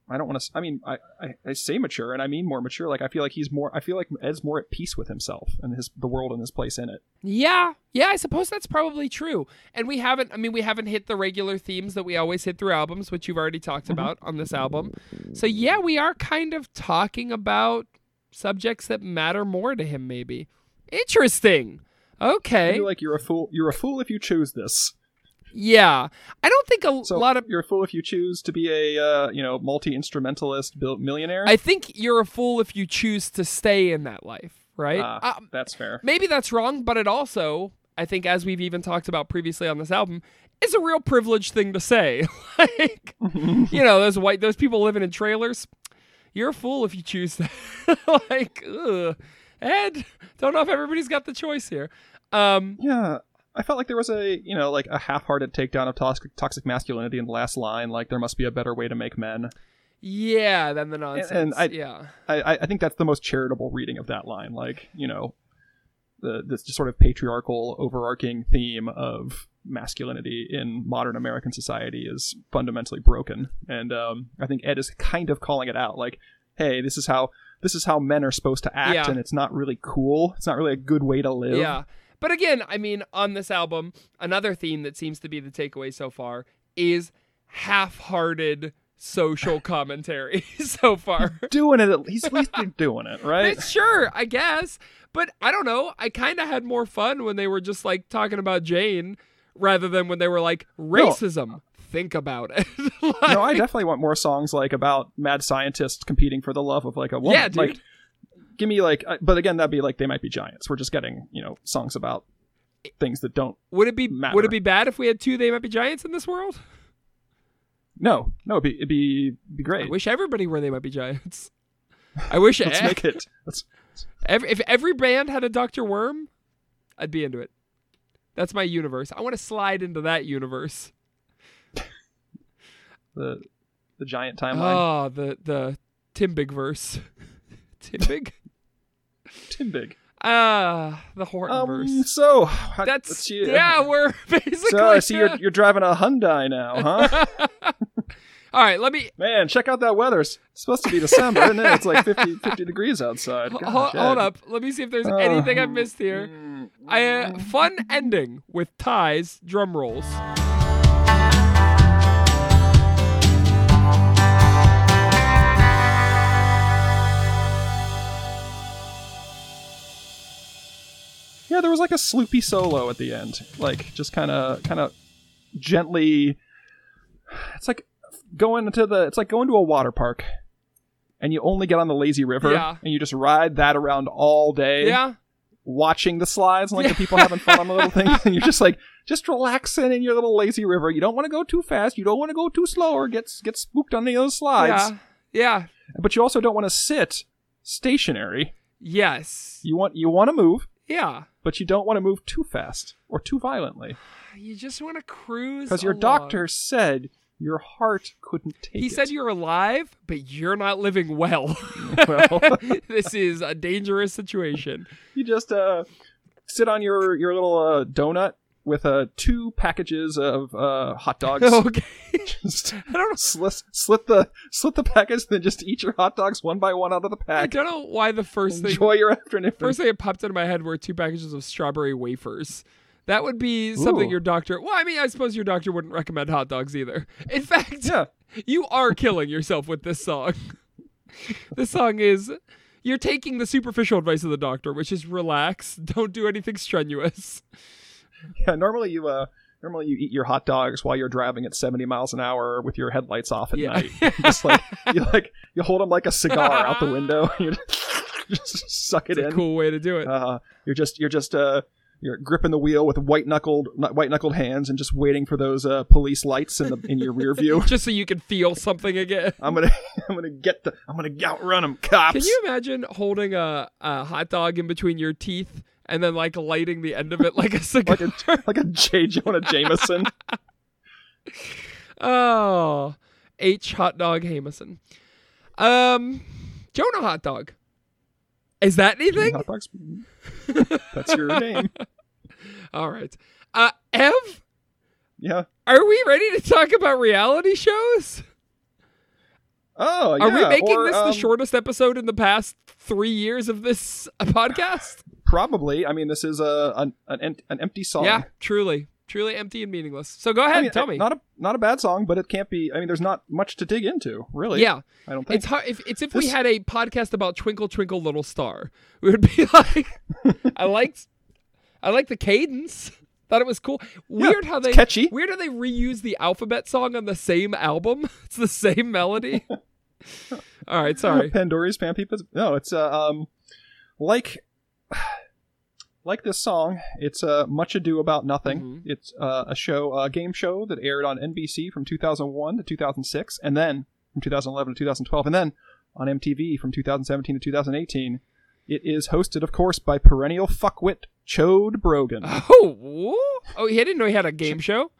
C: I don't want to I mean I, I I say mature and I mean more mature like I feel like he's more I feel like Ed's more at peace with himself and his the world and his place in it.
B: Yeah, yeah, I suppose that's probably true. And we haven't, I mean, we haven't hit the regular themes that we always hit through albums, which you've already
C: Mm-hmm.
B: talked about on this album. So, yeah, we are kind of talking about subjects that matter more to him, maybe. Interesting.
C: I
B: Okay.
C: feel like you're a fool you're a fool if you choose this.
B: Yeah, I don't think a
C: So
B: lot of.
C: you're a fool if you choose to be a uh, you know multi instrumentalist built millionaire.
B: I think you're a fool if you choose to stay in that life, right?
C: Ah,
B: Um,
C: that's fair.
B: maybe that's wrong, but it also, I think, as we've even talked about previously on this album, is a real privileged thing to say. like, you know, those white, those people living in trailers, you're a fool if you choose that. like, ugh. Ed, don't know if everybody's got the choice here. Um,
C: Yeah, I felt like there was a you know like a half-hearted takedown of toxic toxic masculinity in the last line. Like there must be a better way to make men.
B: yeah, then the nonsense.
C: and I-
B: yeah.
C: I, I- I think that's the most charitable reading of that line. Like you know, the this just sort of patriarchal overarching theme of masculinity in modern American society is fundamentally broken, and um, I think Ed is kind of calling it out. Like, hey, this is how. This is how men are supposed to act,
B: Yeah.
C: and it's not really cool. It's not really a good way to live.
B: Yeah. But again, I mean, on this album, another theme that seems to be the takeaway so far is half hearted social commentary so far.
C: doing it. At least, at least they're doing it, right?
B: It's sure, I guess. But I don't know. I kind of had more fun when they were just like talking about Jane rather than when they were like racism. Think about it. Like,
C: no, I definitely want more songs like about mad scientists competing for the love of like a woman.
B: Yeah, dude.
C: Like, give me like, I- but again, that'd be like they might be giants. We're just getting you know songs about things that don't.
B: would it be would
C: matter.
B: it be bad if we had two they might be giants in this world?
C: No, no, it'd be it'd be,
B: I
C: be great.
B: wish everybody were they might be giants. I wish
C: Let's make it. Let's,
B: Every, if every band had a Dr. Worm, I'd be into it. That's my universe. I want to slide into that universe.
C: the the giant timeline.
B: Oh, the the Timbig verse. Timbig?
C: Tim Big.
B: Ah, the Horton
C: Um.
B: verse.
C: So how- let's
B: That's
C: see- uh,
B: yeah, we're basically
C: So I see you're
B: uh,
C: you're driving a Hyundai now, huh?
B: All right, let me
C: Man, check out that weather. It's supposed to be December, and then it's like 50, 50 degrees outside.
B: ho-
C: God,
B: ho-
C: yeah. Uh, mm,
B: hold up. Let me see if there's anything I missed here. I uh, fun ending with ties, drum rolls.
C: Yeah, there was like a sloopy solo at the end, like just kind of, kind of gently. It's like going into the. It's like going to a water park, and you only get on the lazy river,
B: Yeah.
C: and you just ride that around all day,
B: Yeah.
C: watching the slides and like the people having fun on the little things, and you're just like just relaxing in your little lazy river. You don't want to go too fast, you don't want to go too slow, or get s- get spooked on any of those slides,
B: Yeah. Yeah.
C: but you also don't want to sit stationary.
B: Yes.
C: You want you want to move,
B: Yeah.
C: but you don't want to move too fast or too violently.
B: You just want to cruise.
C: because your
B: along.
C: doctor said your heart couldn't take
B: He
C: it.
B: said you're alive, but you're not living well.
C: Well.
B: this is a dangerous situation.
C: you just uh, sit on your your little uh, donut with uh, two packages of uh, hot dogs.
B: Okay.
C: Just
B: Oh, I don't know.
C: slit, slit the slit the package, and then just eat your hot dogs one by one out of the
B: I
C: pack.
B: don't know why the first thing
C: Enjoy your afternoon.
B: first thing that popped into my head were two packages of strawberry wafers. That would be something
C: Ooh.
B: your doctor. Well, I mean, I suppose your doctor wouldn't recommend hot dogs either. In fact,
C: yeah,
B: you are killing yourself with this song. this song is you're taking the superficial advice of the doctor, which is relax, don't do anything strenuous.
C: yeah. Normally you uh, normally you eat your hot dogs while you're driving at 70 miles an hour with your headlights off at
B: Yeah.
C: night. just like you like you hold them like a cigar out the window. And you just suck it
B: It's a
C: in.
B: cool way to do it.
C: Uh, you're just you're just uh, you're gripping the wheel with white knuckled white knuckled hands and just waiting for those uh, police lights in the in your rear view.
B: just so you can feel something again.
C: I'm gonna I'm gonna get the I'm gonna outrun them cops.
B: Can you imagine holding a, a hot dog in between your teeth and then like lighting the end of it like a cigar?
C: like a like a J Jonah Jameson?
B: oh, H hot dog Hamison. Um, Jonah hot dog. Is that anything?
C: Hot dogs. That's your name.
B: All right. Uh, Ev,
C: Yeah.
B: are we ready to talk about reality shows?
C: Oh,
B: Are we
C: yeah,
B: making
C: or,
B: this the
C: um,
B: shortest episode in the past three years of this uh, podcast?
C: Probably. I mean, this is a an an, em- an empty song.
B: Yeah, truly, truly empty and meaningless. So go ahead,
C: I mean,
B: tell me.
C: Not a not a bad song, but it can't be. I mean, there's not much to dig into, really.
B: Yeah.
C: I don't think
B: It's hard. If, it's if we
C: This-
B: had a podcast about Twinkle Twinkle Little Star, we would be like, I liked, I like the cadence. Thought it was cool. Weird how they
C: catchy.
B: Weird how they reuse the alphabet song on the same album. It's the same melody. All right, sorry.
C: Pandora's Pan People's. No, it's uh, um, like, like this song. It's uh, much ado about nothing. It's uh, a show, a game show that aired on NBC from 2001 to 2006, and then from 2011 to 2012, and then on MTV from 2017 to 2018. It is hosted, of course, by perennial fuckwit Chode Brogan.
B: Oh, woo? oh, he I didn't know he had a game show.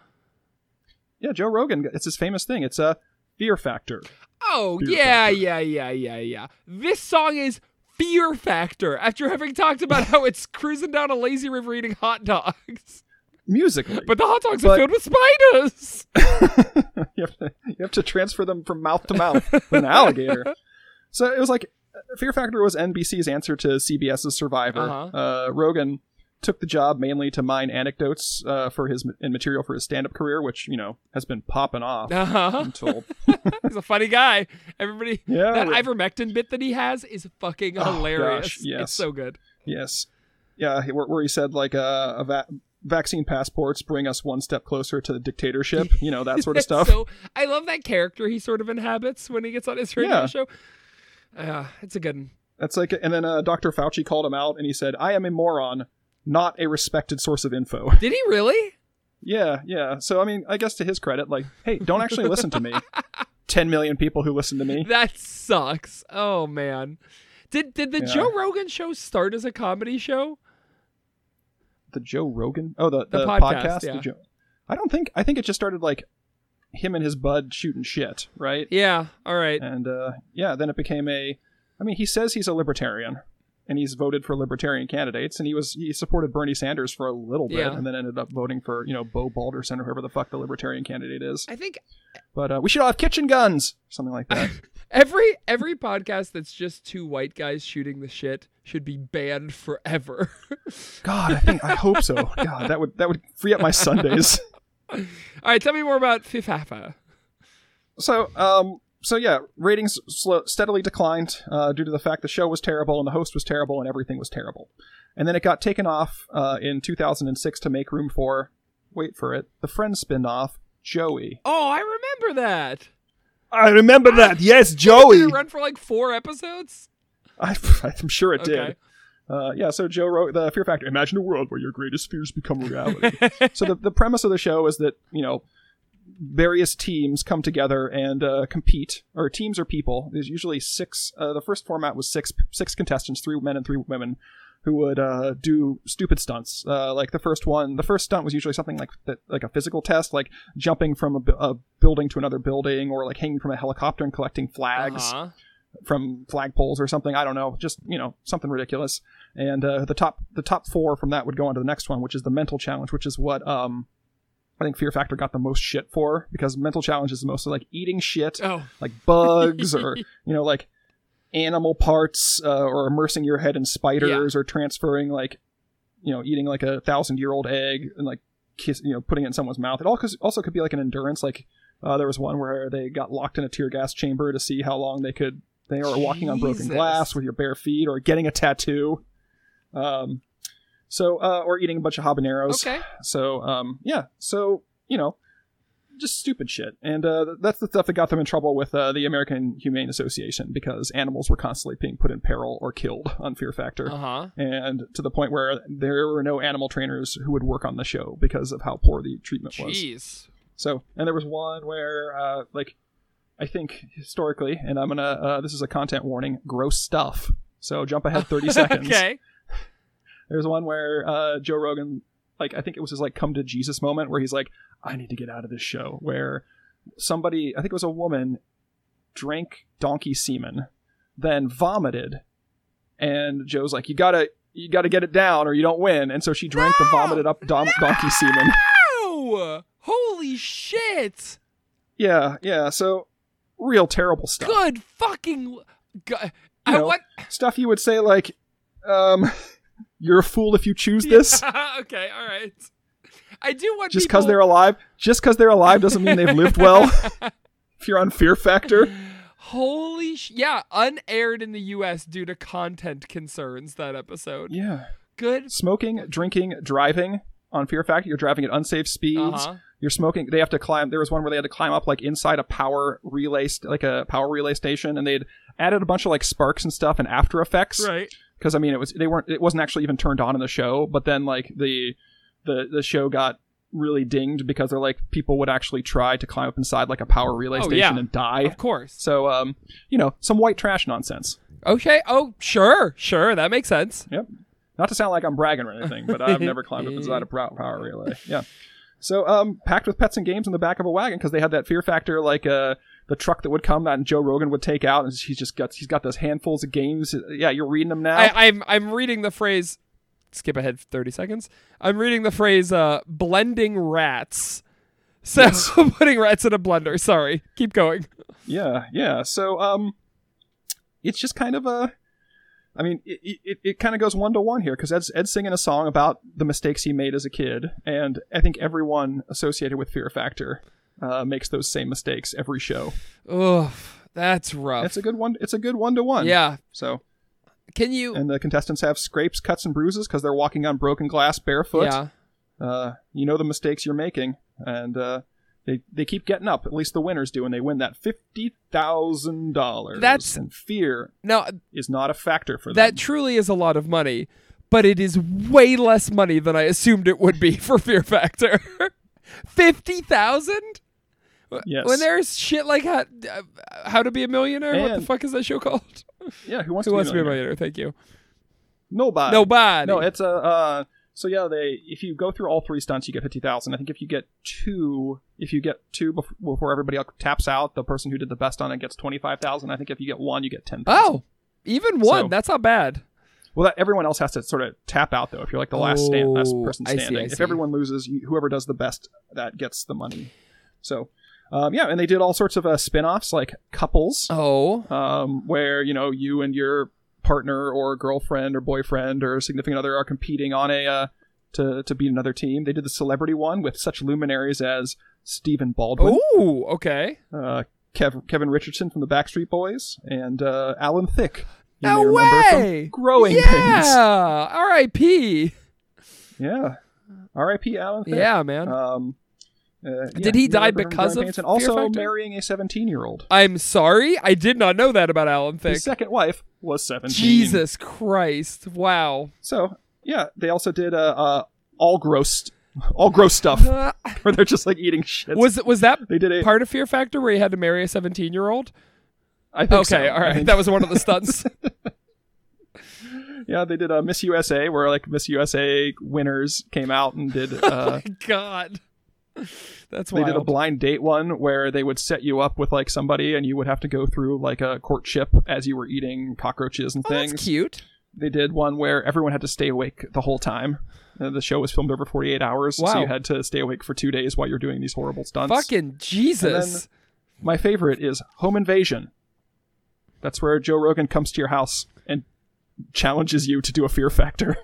C: yeah, Joe Rogan. It's his famous thing. It's a uh, Fear Factor.
B: Oh,
C: Fear
B: yeah, yeah, yeah, yeah, yeah. This song is Fear Factor after having talked about how it's cruising down a lazy river eating hot dogs.
C: Musically,
B: But the hot dogs are
C: But-
B: filled with spiders.
C: you have to you have to transfer them from mouth to mouth with an alligator. So it was like uh, Fear Factor was NBC's answer to CBS's Survivor.
B: Uh-huh.
C: Uh, Rogan took the job mainly to mine anecdotes uh, for his and material for his stand-up career, which you know has been popping off
B: Uh huh.
C: until
B: He's a funny guy. Everybody,
C: Oh, Yeah,
B: that
C: we-
B: ivermectin bit that he has is fucking
C: Oh,
B: hilarious.
C: gosh, yes.
B: It's so good.
C: yes, yeah, he- where, where he said like uh, a va- vaccine passports bring us one step closer to the dictatorship, you know that sort of
B: It's
C: stuff.
B: So I love that character he sort of inhabits when he gets on his radio
C: Yeah.
B: show. Uh, it's a good one.
C: That's like, and then uh, Dr. Fauci called him out and he said, "I am a moron." Not a respected source of info.
B: Did he really?
C: Yeah, yeah. So I mean, I guess to his credit, like, hey, don't actually listen to me. Ten million people who listen to me.
B: That sucks. Oh man. Did did the
C: Yeah.
B: Joe Rogan show start as a comedy show?
C: The Joe Rogan. Oh, the,
B: The
C: the,
B: podcast,
C: podcast.
B: yeah.
C: the Joe. I don't think. I think it just started like him and his bud shooting shit, right?
B: Yeah. All right.
C: And uh, yeah, then it became a. I mean, he says he's a libertarian, and he's voted for libertarian candidates, and he was he supported Bernie Sanders for a little bit,
B: Yeah.
C: and then ended up voting for you know Bo Balderson or whoever the fuck the libertarian candidate is.
B: I think
C: But uh, we should all have kitchen guns, something like that.
B: every every podcast that's just two white guys shooting the shit should be banned forever.
C: God, I think I hope so. God, that would that would free up my Sundays.
B: All right, tell me more about Fifafa.
C: So, um, so yeah, ratings slow, steadily declined uh, due to the fact the show was terrible and the host was terrible and everything was terrible. And then it got taken off uh, in 2006 to make room for, wait for it, the Friends spin-off, Joey.
B: Oh, I remember that.
C: I remember that. Yes,
B: Did it run for like four episodes?
C: I, I'm sure it
B: Okay.
C: did. Uh, yeah, so Joe wrote the Fear Factor. Imagine a world where your greatest fears become reality. so the, the premise of the show is that you know various teams come together and uh, compete, or teams or people. There's usually six. Uh, the first format was six six contestants, three men and three women, who would uh, do stupid stunts. Uh, like the first one, the first stunt was usually something like that, like a physical test, like jumping from a, bu- a building to another building, or like hanging from a helicopter and collecting flags
B: Uh-huh.
C: from flagpoles or something. I don't know, just you know something ridiculous. And uh, the top the top four from that would go on to the next one, which is the mental challenge, which is what um I think Fear Factor got the most shit for because mental challenge is mostly like eating shit,
B: Oh,
C: like bugs or you know like animal parts uh, or immersing your head in spiders or transferring like you know eating like a thousand year old egg and like kiss you know putting it in someone's mouth. It all cause, also could be like an endurance like. Uh, there was one where they got locked in a tear gas chamber to see how long they could they were walking on broken
B: Jesus.
C: glass with your bare feet or getting a tattoo um so uh or eating a bunch of habaneros
B: okay.
C: so um yeah so you know just stupid shit and uh th- that's the stuff that got them in trouble with uh, the american humane association because animals were constantly being put in peril or killed on fear factor
B: Uh huh.
C: and to the point where there were no animal trainers who would work on the show because of how poor the treatment was
B: Jeez.
C: so, and there was one where, uh, like, I think historically, and I'm gonna, uh, this is a content warning, gross stuff. So jump ahead 30 seconds.
B: okay.
C: There's one where uh, Joe Rogan, like, I think it was his like come to Jesus moment where he's like, I need to get out of this show. Where somebody, I think it was a woman, drank donkey semen, then vomited, and Joe's like, you gotta, you gotta get it down or you don't win. And so she drank the vomited up dom- donkey semen.
B: Ow! Holy shit!
C: Yeah, yeah. So real terrible stuff.
B: Good fucking. Go- I
C: know,
B: want.
C: stuff you would say like um you're a fool if you choose this
B: okay. All right. I do want
C: just
B: people-
C: because they're alive just because they're alive doesn't mean they've lived well if you're on fear factor
B: Holy sh! Yeah, unaired in the U.S. due to content concerns. That episode.
C: yeah
B: Good.
C: smoking drinking driving on Fear Factor. You're driving at unsafe speeds.
B: Uh-huh.
C: You're smoking. They have to climb. There was one where they had to climb up like inside a power relay, st- like a power relay station, and they'd added a bunch of like sparks and stuff and After Effects.
B: Right.
C: Because I mean, it was they weren't. It wasn't actually even turned on in the show. But then like the the the show got really dinged because they're like people would actually try to climb up inside like a power relay
B: Oh,
C: station
B: yeah.
C: and die.
B: Of course.
C: So um, you know, some white trash nonsense.
B: Okay. Oh, sure. Sure. That makes sense.
C: Yep. Not to sound like I'm bragging or anything, but I've never climbed up inside a brow- power relay. Yeah. So, um, packed with pets and games in the back of a wagon because they had that fear factor, like uh, the truck that would come that Joe Rogan would take out, and he's just got he's got those handfuls of games. Yeah, you're reading them now.
B: I, I'm I'm reading the phrase. Skip ahead 30 seconds. I'm reading the phrase uh, "blending rats." So putting rats in a blender. Sorry. Keep going.
C: Yeah, yeah. So, um, it's just kind of a. I mean, it, it, it kind of goes one to one here because Ed's, Ed's singing a song about the mistakes he made as a kid, and I think everyone associated with Fear Factor uh, makes those same mistakes every show.
B: Ugh, that's rough.
C: It's a good one. It's a good one to one.
B: yeah.
C: So,
B: Can you?
C: and the contestants have scrapes, cuts, and bruises because they're walking on broken glass barefoot.
B: Yeah.
C: Uh, you know the mistakes you're making, and uh, they they keep getting up. At least the winners do, and they win that fifty thousand dollars.
B: That's-
C: and fear
B: Now
C: is not a factor for
B: that
C: them.
B: truly is a lot of money, but it is way less money than I assumed it would be for Fear Factor. Fifty thousand.
C: Yes.
B: When there's shit like how, uh, how to be a millionaire, what the
C: And-
B: fuck is that show called?
C: yeah, who wants
B: Who
C: to
B: wants to
C: be
B: be a
C: millionaire?
B: millionaire? Thank you.
C: Nobody.
B: Nobody.
C: No, it's a. Uh, so yeah, they if you go through all three stunts, you get fifty thousand. I think if you get two, if you get two bef- before everybody else taps out, the person who did the best on it gets twenty five thousand. I think if you get one, you get ten.
B: oh, even one.
C: So-
B: That's not bad.
C: Well, that, everyone else has to sort of tap out though. If you're like the last stand, last
B: Oh,
C: person
B: I see,
C: standing,
B: I
C: if
B: see.
C: everyone loses, you- whoever does the best that gets the money. So, um, yeah, and they did all sorts of uh, spin-offs like couples,
B: Oh,
C: um, where you know you and your partner or girlfriend or boyfriend or significant other are competing on a uh, to to beat another team. They did the celebrity one with such luminaries as Stephen Baldwin,
B: ooh, okay.
C: uh, Kev- Kevin Richardson from the Backstreet Boys, and uh, Alan Thicke. You
B: No
C: may remember from
B: way!
C: Growing pains.
B: yeah, R.I.P.
C: Yeah. R.I.P. Alan. Thicke.
B: Yeah, man.
C: Um, uh,
B: Did he
C: you
B: die
C: remember him
B: because
C: growing
B: of
C: pains and
B: Fear
C: also
B: Factor?
C: marrying a 17 year old?
B: I'm sorry, I did not know that about Alan Thicke.
C: His second wife was 17.
B: Jesus Christ! Wow.
C: So yeah, they also did uh, uh all gross, all gross stuff
B: Uh,
C: where they're just like eating shit.
B: was was that
C: they did a
B: part of Fear Factor where he had to marry a 17 year old?
C: I think
B: Okay,
C: so.
B: all
C: I
B: right.
C: think-
B: That was one of the stunts.
C: yeah, they did a Miss USA where like Miss USA winners came out and did. Uh,
B: God, that's
C: They
B: wild.
C: did a blind date one where they would set you up with like somebody and you would have to go through like a courtship as you were eating cockroaches and
B: oh,
C: things.
B: that's cute.
C: they did one where everyone had to stay awake the whole time. Uh, the show was filmed over 48 hours, so
B: Wow.
C: you had to stay awake for two days while you're doing these horrible stunts.
B: Fucking Jesus.
C: My favorite is Home Invasion. That's where Joe Rogan comes to your house and challenges you to do a fear factor.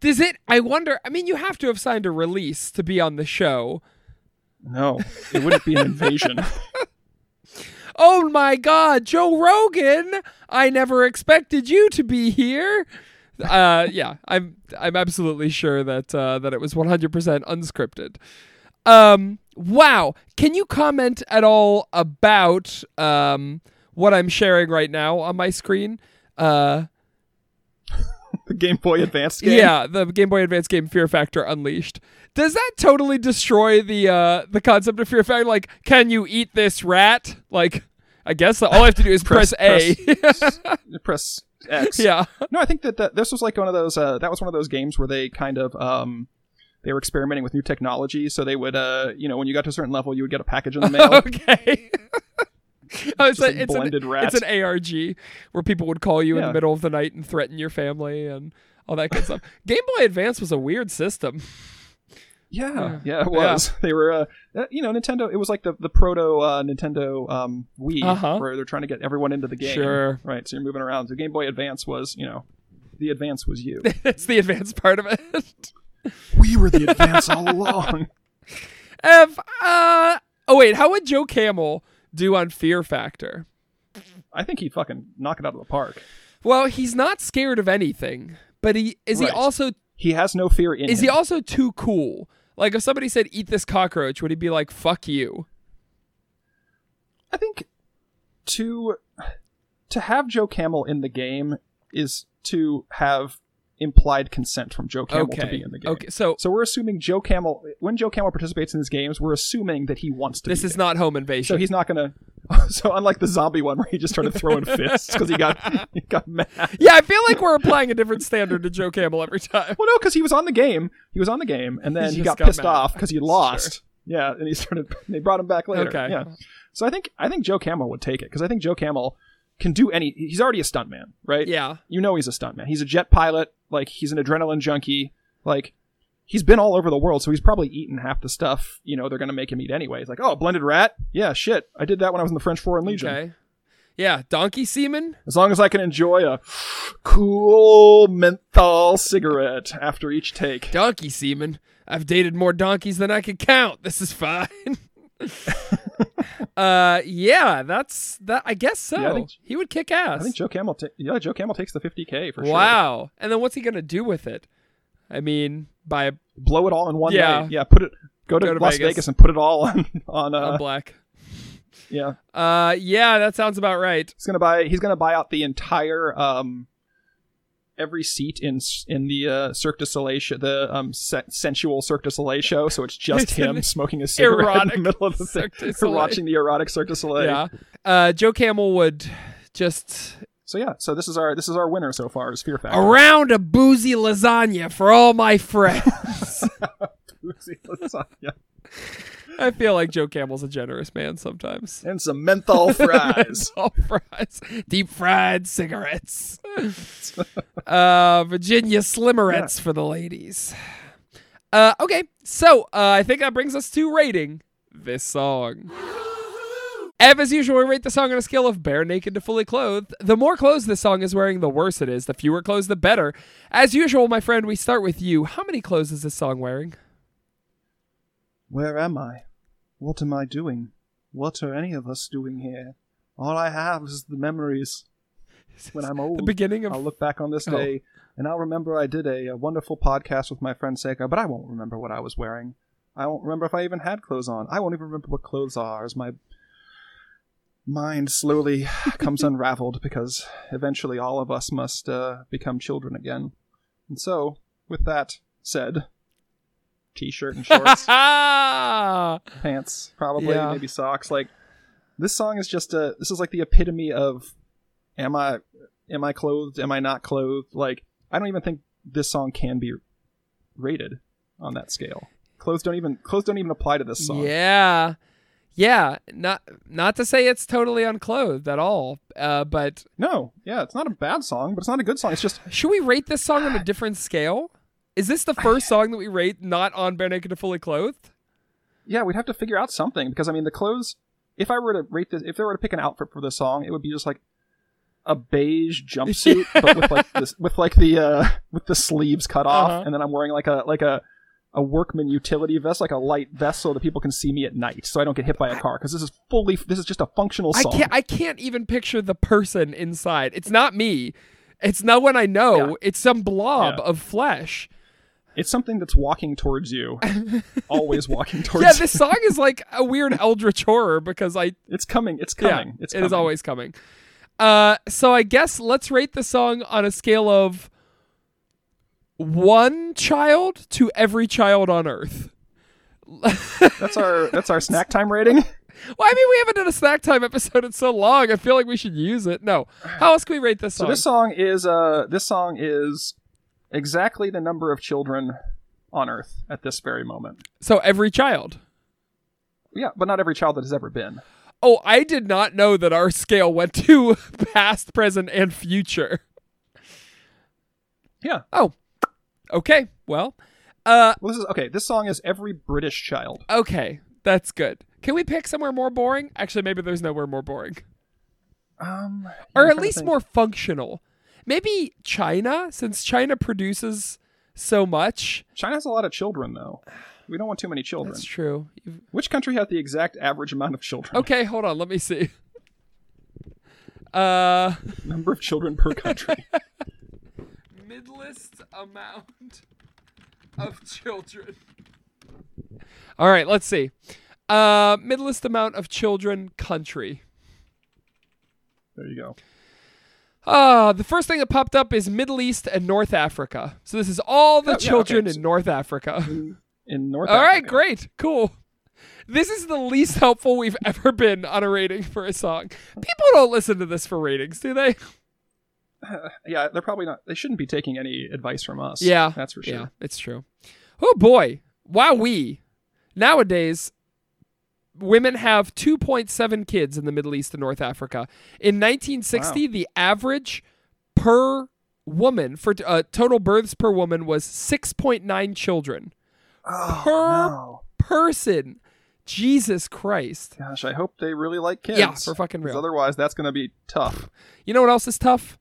B: Does it? I wonder. I mean, you have to have signed a release to be on the show.
C: No, it wouldn't be an invasion.
B: Oh my God, Joe Rogan! I never expected you to be here. Uh, yeah, I'm. I'm absolutely sure that uh, that it was 100% unscripted. Um, wow. Can you comment at all about um what I'm sharing right now on my screen? Uh,
C: the Game Boy Advance game.
B: yeah, the Game Boy Advance game Fear Factor Unleashed. Does that totally destroy the uh the concept of Fear Factor? Like, can you eat this rat? Like, I guess all I have to do is press, A.
C: Press, press X.
B: yeah.
C: No, I think that, that this was like one of those. Uh, that was one of those games where they kind of um, they were experimenting with new technology. So they would, uh, you know, when you got to a certain level, you would get a package in the mail.
B: Okay. oh, it's,
C: Just
B: a-
C: a
B: it's an,
C: blended rat.
B: it's an ARG where people would call you in the
C: Yeah.
B: middle of the night and threaten your family and all that good stuff. Game Boy Advance was a weird system.
C: yeah, yeah, it was. They were, uh, uh, you know, Nintendo. It was like the the proto uh, Nintendo um, Wii,
B: Uh-huh.
C: where they're trying to get everyone into the game.
B: Sure.
C: Right. So you're moving around. The Game Boy Advance was, you know, the Advance was you.
B: That's the advanced part of it.
C: we were the Advance all along.
B: F, uh, oh wait, how would Joe Camel do on Fear Factor?
C: I think he fucking knocked it out of the park.
B: Well, he's not scared of anything, but he is he
C: Right.
B: also
C: He has no fear in
B: Is
C: him.
B: he also too cool? Like if somebody said eat this cockroach, would he be like fuck you?
C: I think to to have Joe Camel in the game is to have implied consent from Joe Camel to
B: Okay.
C: be in the game.
B: Okay, so-
C: so we're assuming Joe Camel when Joe Camel participates in these games, we're assuming that he wants to.
B: This
C: be
B: is
C: there.
B: not home invasion.
C: So he's not gonna. So unlike the zombie one where he just started throwing fists because he got he got mad.
B: yeah, I feel like we're applying a different standard to Joe Campbell every time.
C: Well, no, because he was on the game. He was on the game, and then
B: He
C: he,
B: just
C: got,
B: got
C: pissed
B: mad.
C: off because he lost. Yeah, and he started. They brought him back later.
B: Okay.
C: Yeah. So I think I think Joe Camel would take it because I think Joe Camel can do any. He's already a stuntman, right?
B: Yeah.
C: You know he's a stuntman. He's a jet pilot. Like he's an adrenaline junkie. Like he's been all over the world, so he's probably eaten half the stuff. You know they're gonna make him eat anyway. He's like, oh, blended rat. Yeah, shit. I did that when I was in the French Foreign Legion.
B: Okay. Yeah, donkey semen.
C: As long as I can enjoy a cool menthol cigarette after each take.
B: Donkey semen. I've dated more donkeys than I could count. This is fine. uh yeah, that's that I guess so.
C: Yeah, I think-
B: he would kick ass.
C: I think Joe Camel. Ta- yeah, Joe Camel takes the 50k for sure.
B: wow. And then what's he going to do with it? I mean, by
C: Blow it all in one
B: Yeah.
C: night. Yeah. Put it. Go to,
B: Go to
C: Las
B: Vegas.
C: Vegas. and put it all on. On.
B: a
C: Uh,
B: black.
C: yeah.
B: Uh yeah, that sounds about right.
C: He's gonna buy. He's gonna buy out the entire. Um. Every seat in s- in the uh, Cirque du Soleil, show, the um se- sensual Cirque du Soleil show. So it's just
B: It's an
C: him smoking a cigarette
B: erotic
C: in the middle of the thing,
B: Cirque du Soleil.
C: watching the erotic Cirque du Soleil.
B: Yeah. Uh Joe Camel would just
C: So yeah. So this is our this is our winner so far is Fear Factor.
B: a round of boozy lasagna for all my friends.
C: Lasagna.
B: I feel like Joe Camel's a generous man sometimes.
C: and some menthol fries.
B: All fries, deep fried cigarettes, uh, Virginia Slimmerettes for the ladies. Uh, okay, so uh, I think that brings us to rating this song. Ev, as usual, we rate the song on a scale of bare naked to fully clothed. The more clothes this song is wearing, the worse it is. The fewer clothes, the better. As usual, my friend, we start with you. How many clothes is this song wearing?
C: Where am I? What am I doing? What are any of us doing here? All I have is the memories. When I'm old,
B: The beginning of
C: I'll look back on this
B: Oh.
C: day and I'll remember I did a, a wonderful podcast with my friend Seika, but I won't remember what I was wearing. I won't remember if I even had clothes on. I won't even remember what clothes are as my mind slowly comes unraveled because eventually all of us must uh, become children again. And so, with that said, t shirt and shorts
B: Ah!
C: pants probably
B: Yeah.
C: maybe socks like this song is just a this is like the epitome of am i am i clothed am i not clothed like i don't even think this song can be rated on that scale clothes don't even clothes don't even apply to this song
B: Yeah. Yeah, not not to say it's totally unclothed at all, uh, but
C: no yeah it's not a bad song but it's not a good song it's just
B: should we rate this song on
C: Ah.
B: a different scale? Is this the first song that we rate not on bare naked to fully clothed?
C: yeah we'd have to figure out something because i mean the clothes if i were to rate this if they were to pick an outfit for this song it would be just like a beige jumpsuit but with like this with like the uh with the sleeves cut off
B: Uh-huh.
C: and then i'm wearing like a like a a workman utility vest like a light vest so that people can see me at night so i don't get hit by a car because this is fully this is just a functional
B: I
C: song
B: can't I can't even picture the person inside. It's not me. It's no one I know.
C: Yeah.
B: It's some blob
C: Yeah.
B: of flesh.
C: it's something that's walking towards you always walking towards
B: Yeah, this song is like a weird eldritch horror because I
C: you. it's coming it's coming
B: Yeah,
C: it's
B: it
C: coming.
B: is always coming. Uh, so I guess let's rate the song on a scale of one child to every child on Earth.
C: that's our that's our snack time rating
B: Well, I mean, we haven't done a snack time episode in so long. I feel like we should use it. No, how else can we rate this
C: So
B: song?
C: this song is uh this song is exactly the number of children on Earth at this very moment.
B: so every child.
C: Yeah, but not every child that has ever been.
B: Oh, I did not know that our scale went to past, present, and future.
C: Yeah.
B: Oh, okay. Well, uh,
C: Well, this is okay. This song is every British child.
B: okay, that's good. Can we pick somewhere more boring? Actually, maybe there's nowhere more boring. or
C: Um, I'm
B: at
C: trying to
B: least
C: think.
B: more functional. Maybe China, since China produces so much.
C: China has a lot of children though. We don't want too many children.
B: That's true. You've-
C: Which country has the exact average amount of children?
B: Okay, hold on. Let me see. Uh,
C: Number of children per country.
B: midlist amount of children. All right, let's see. Uh, middlest amount of children country.
C: There you go.
B: Uh, the first thing that popped up is Middle East and North Africa. So this is all the
C: Oh, yeah, okay,
B: children
C: so-
B: in North Africa.
C: In North.
B: All right,
C: Africa.
B: great, cool. This is the least helpful we've ever been on a rating for a song. People don't listen to this for ratings, do they?
C: Yeah, they're probably not. They shouldn't be taking any advice from us.
B: Yeah,
C: that's for
B: Yeah,
C: sure.
B: it's true. Oh boy, wow we nowadays women have 2.7 kids in the Middle East and North Africa. In 1960, the average per woman for uh, total births per woman was 6.9 children per
C: Oh,
B: person. Jesus Christ.
C: gosh, I hope they really like kids.
B: Yeah, for fucking
C: 'Cause
B: real.
C: Otherwise, that's going to be tough.
B: You know what else is tough?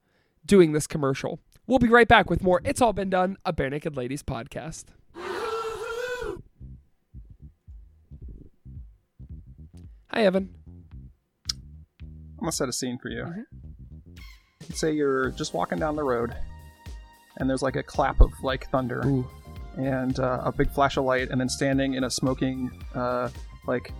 B: Doing this commercial. We'll be right back with more It's All Been Done, a Bare Naked Ladies podcast. Hi, Evan.
C: I'm gonna set a scene for you.
B: Mm-hmm.
C: Say you're just walking down the road, and there's like a clap of like thunder,
B: Ooh.
C: and uh, a big flash of light, and then standing in a smoking uh, like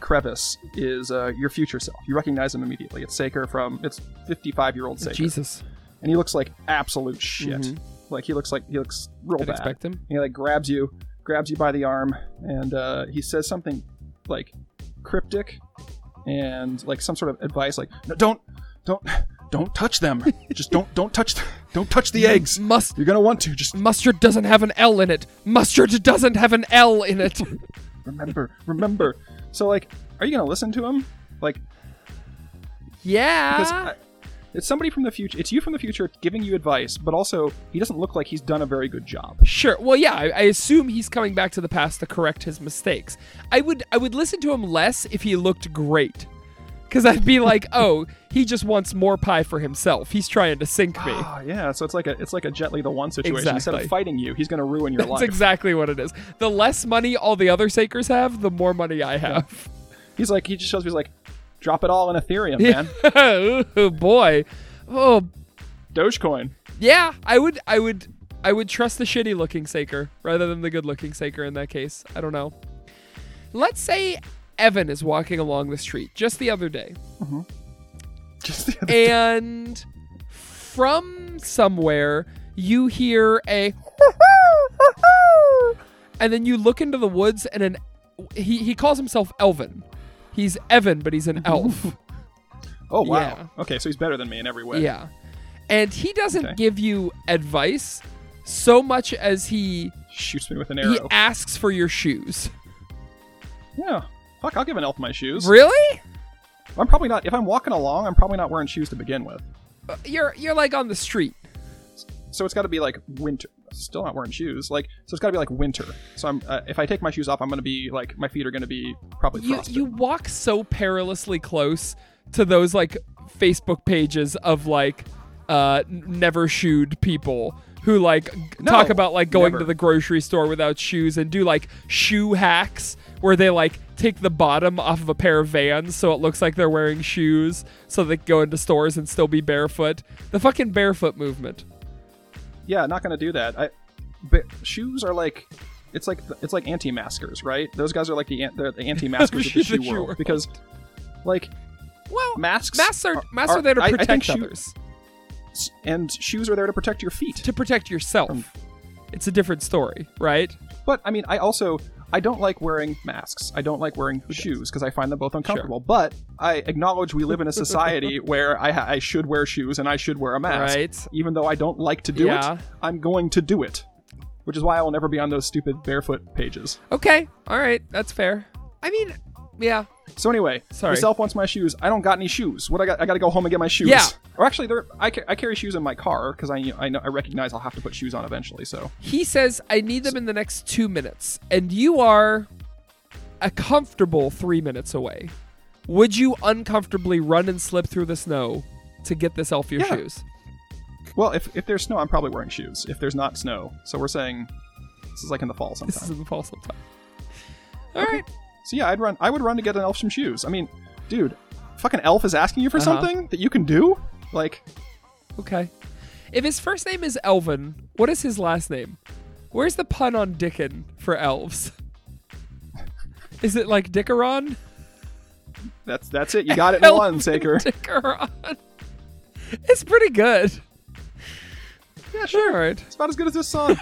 C: crevice is uh, your future self. You recognize him immediately. It's Saker from it's 55 year old Saker,
B: Jesus.
C: and he looks like absolute shit.
B: Mhm.
C: Like he looks like he looks real
B: Didn't
C: bad.
B: expect him.
C: He like grabs you, grabs you by the arm, and uh, he says something like cryptic and like some sort of advice, like no, don't, don't, don't touch them. Just don't, don't touch, th- don't touch the eggs.
B: Must
C: You're gonna want to. Just
B: mustard doesn't have an L in it. Mustard doesn't have an L in it.
C: remember, remember. So like, are you gonna listen to him? Like, because
B: yeah.
C: I- it's somebody from the future. It's you from the future giving you advice, but also he doesn't look like he's done a very good job.
B: Sure. Well, yeah, I, I assume he's coming back to the past to correct his mistakes. I would I would listen to him less if he looked great. Cuz I'd be like, "Oh, he just wants more pie for himself. He's trying to sink me."
C: Oh yeah, so it's like a it's like a Jet Li the One situation. Instead of
B: Exactly.
C: fighting you, he's gonna ruin your
B: That's
C: life.
B: exactly what it is. The less money all the other Sakers have, the more money I have.
C: He's like, he just shows me, he's like, drop it all in Ethereum, man.
B: oh boy. Oh,
C: Dogecoin.
B: yeah, I would I would I would trust the shitty looking Saker rather than the good looking Saker in that case. I don't know. Let's say Evan is walking along the street just the other day.
C: Just the other-
B: and from somewhere you hear a and then you look into the woods and an he, he calls himself Elvin. He's Evan, but he's an elf.
C: oh, wow.
B: yeah.
C: Okay, so he's better than me in every way.
B: yeah. And he doesn't
C: Okay.
B: give you advice so much as he
C: Shoots me with an
B: he
C: arrow.
B: asks for your shoes.
C: yeah. Fuck, I'll give an elf my shoes.
B: Really?
C: I'm probably not, if I'm walking along, I'm probably not wearing shoes to begin with.
B: You're you're like on the street.
C: So it's got to be like winter. Still not wearing shoes. Like, so it's got to be like winter. So I'm, uh, if I take my shoes off, I'm going to be like, my feet are going to be probably
B: you
C: frosted.
B: you walk so perilously close to those like Facebook pages of like uh n- never shoed people who like g-
C: No,
B: talk about like going
C: never.
B: to the grocery store without shoes and do like shoe hacks where they like take the bottom off of a pair of Vans so it looks like they're wearing shoes so they can go into stores and still be barefoot. The fucking barefoot movement.
C: yeah, not going to do that. I, but shoes are like, it's like it's like anti-maskers, right? Those guys are like the an- they're the anti-maskers of the shoe world, because, like,
B: Well,
C: Masks
B: masks are,
C: are-
B: masks are,
C: are-
B: there to
C: I- I
B: protect
C: think shoe-
B: others,
C: s- and shoes are there to protect your feet.
B: to protect yourself.
C: Um,
B: it's a different story, right?
C: But I mean, I also I don't like wearing masks. I don't like wearing shoes because I find them both uncomfortable. But I acknowledge we live in a society where I, ha- I should wear shoes and I should wear a mask,
B: Right.
C: even though I don't like to do
B: Yeah.
C: it. I'm going to do it, which is why I will never be on those stupid barefoot pages.
B: Okay. All right. That's fair. I mean, yeah.
C: So anyway,
B: Sorry.
C: myself wants my shoes. I don't got any shoes. What I got? I got to go home and get my shoes.
B: Yeah.
C: Or actually, there I, ca- I carry shoes in my car because I I know I recognize I'll have to put shoes on eventually. So
B: He says, I need them in the next two minutes. And you are a comfortable three minutes away. Would you uncomfortably run and slip through the snow to get this elf your
C: Yeah.
B: shoes?
C: Well, if, if there's snow, I'm probably wearing shoes. If there's not snow, so we're saying this is like in the fall
B: This is
C: sometime.
B: in the fall sometime. All right.
C: So yeah, I'd run. I would run to get an elf some shoes. I mean, dude, fucking elf is asking
B: Uh-huh.
C: you for something that you can do. Like,
B: Okay. If his first name is Elvin, what is his last name? Wh- Where's the pun on Dickon for elves? Is it like Dickeron?
C: That's that's it. You got it in one, Saker.
B: Dickeron. It's pretty good.
C: Yeah, sure.
B: All right.
C: It's about as good as this song.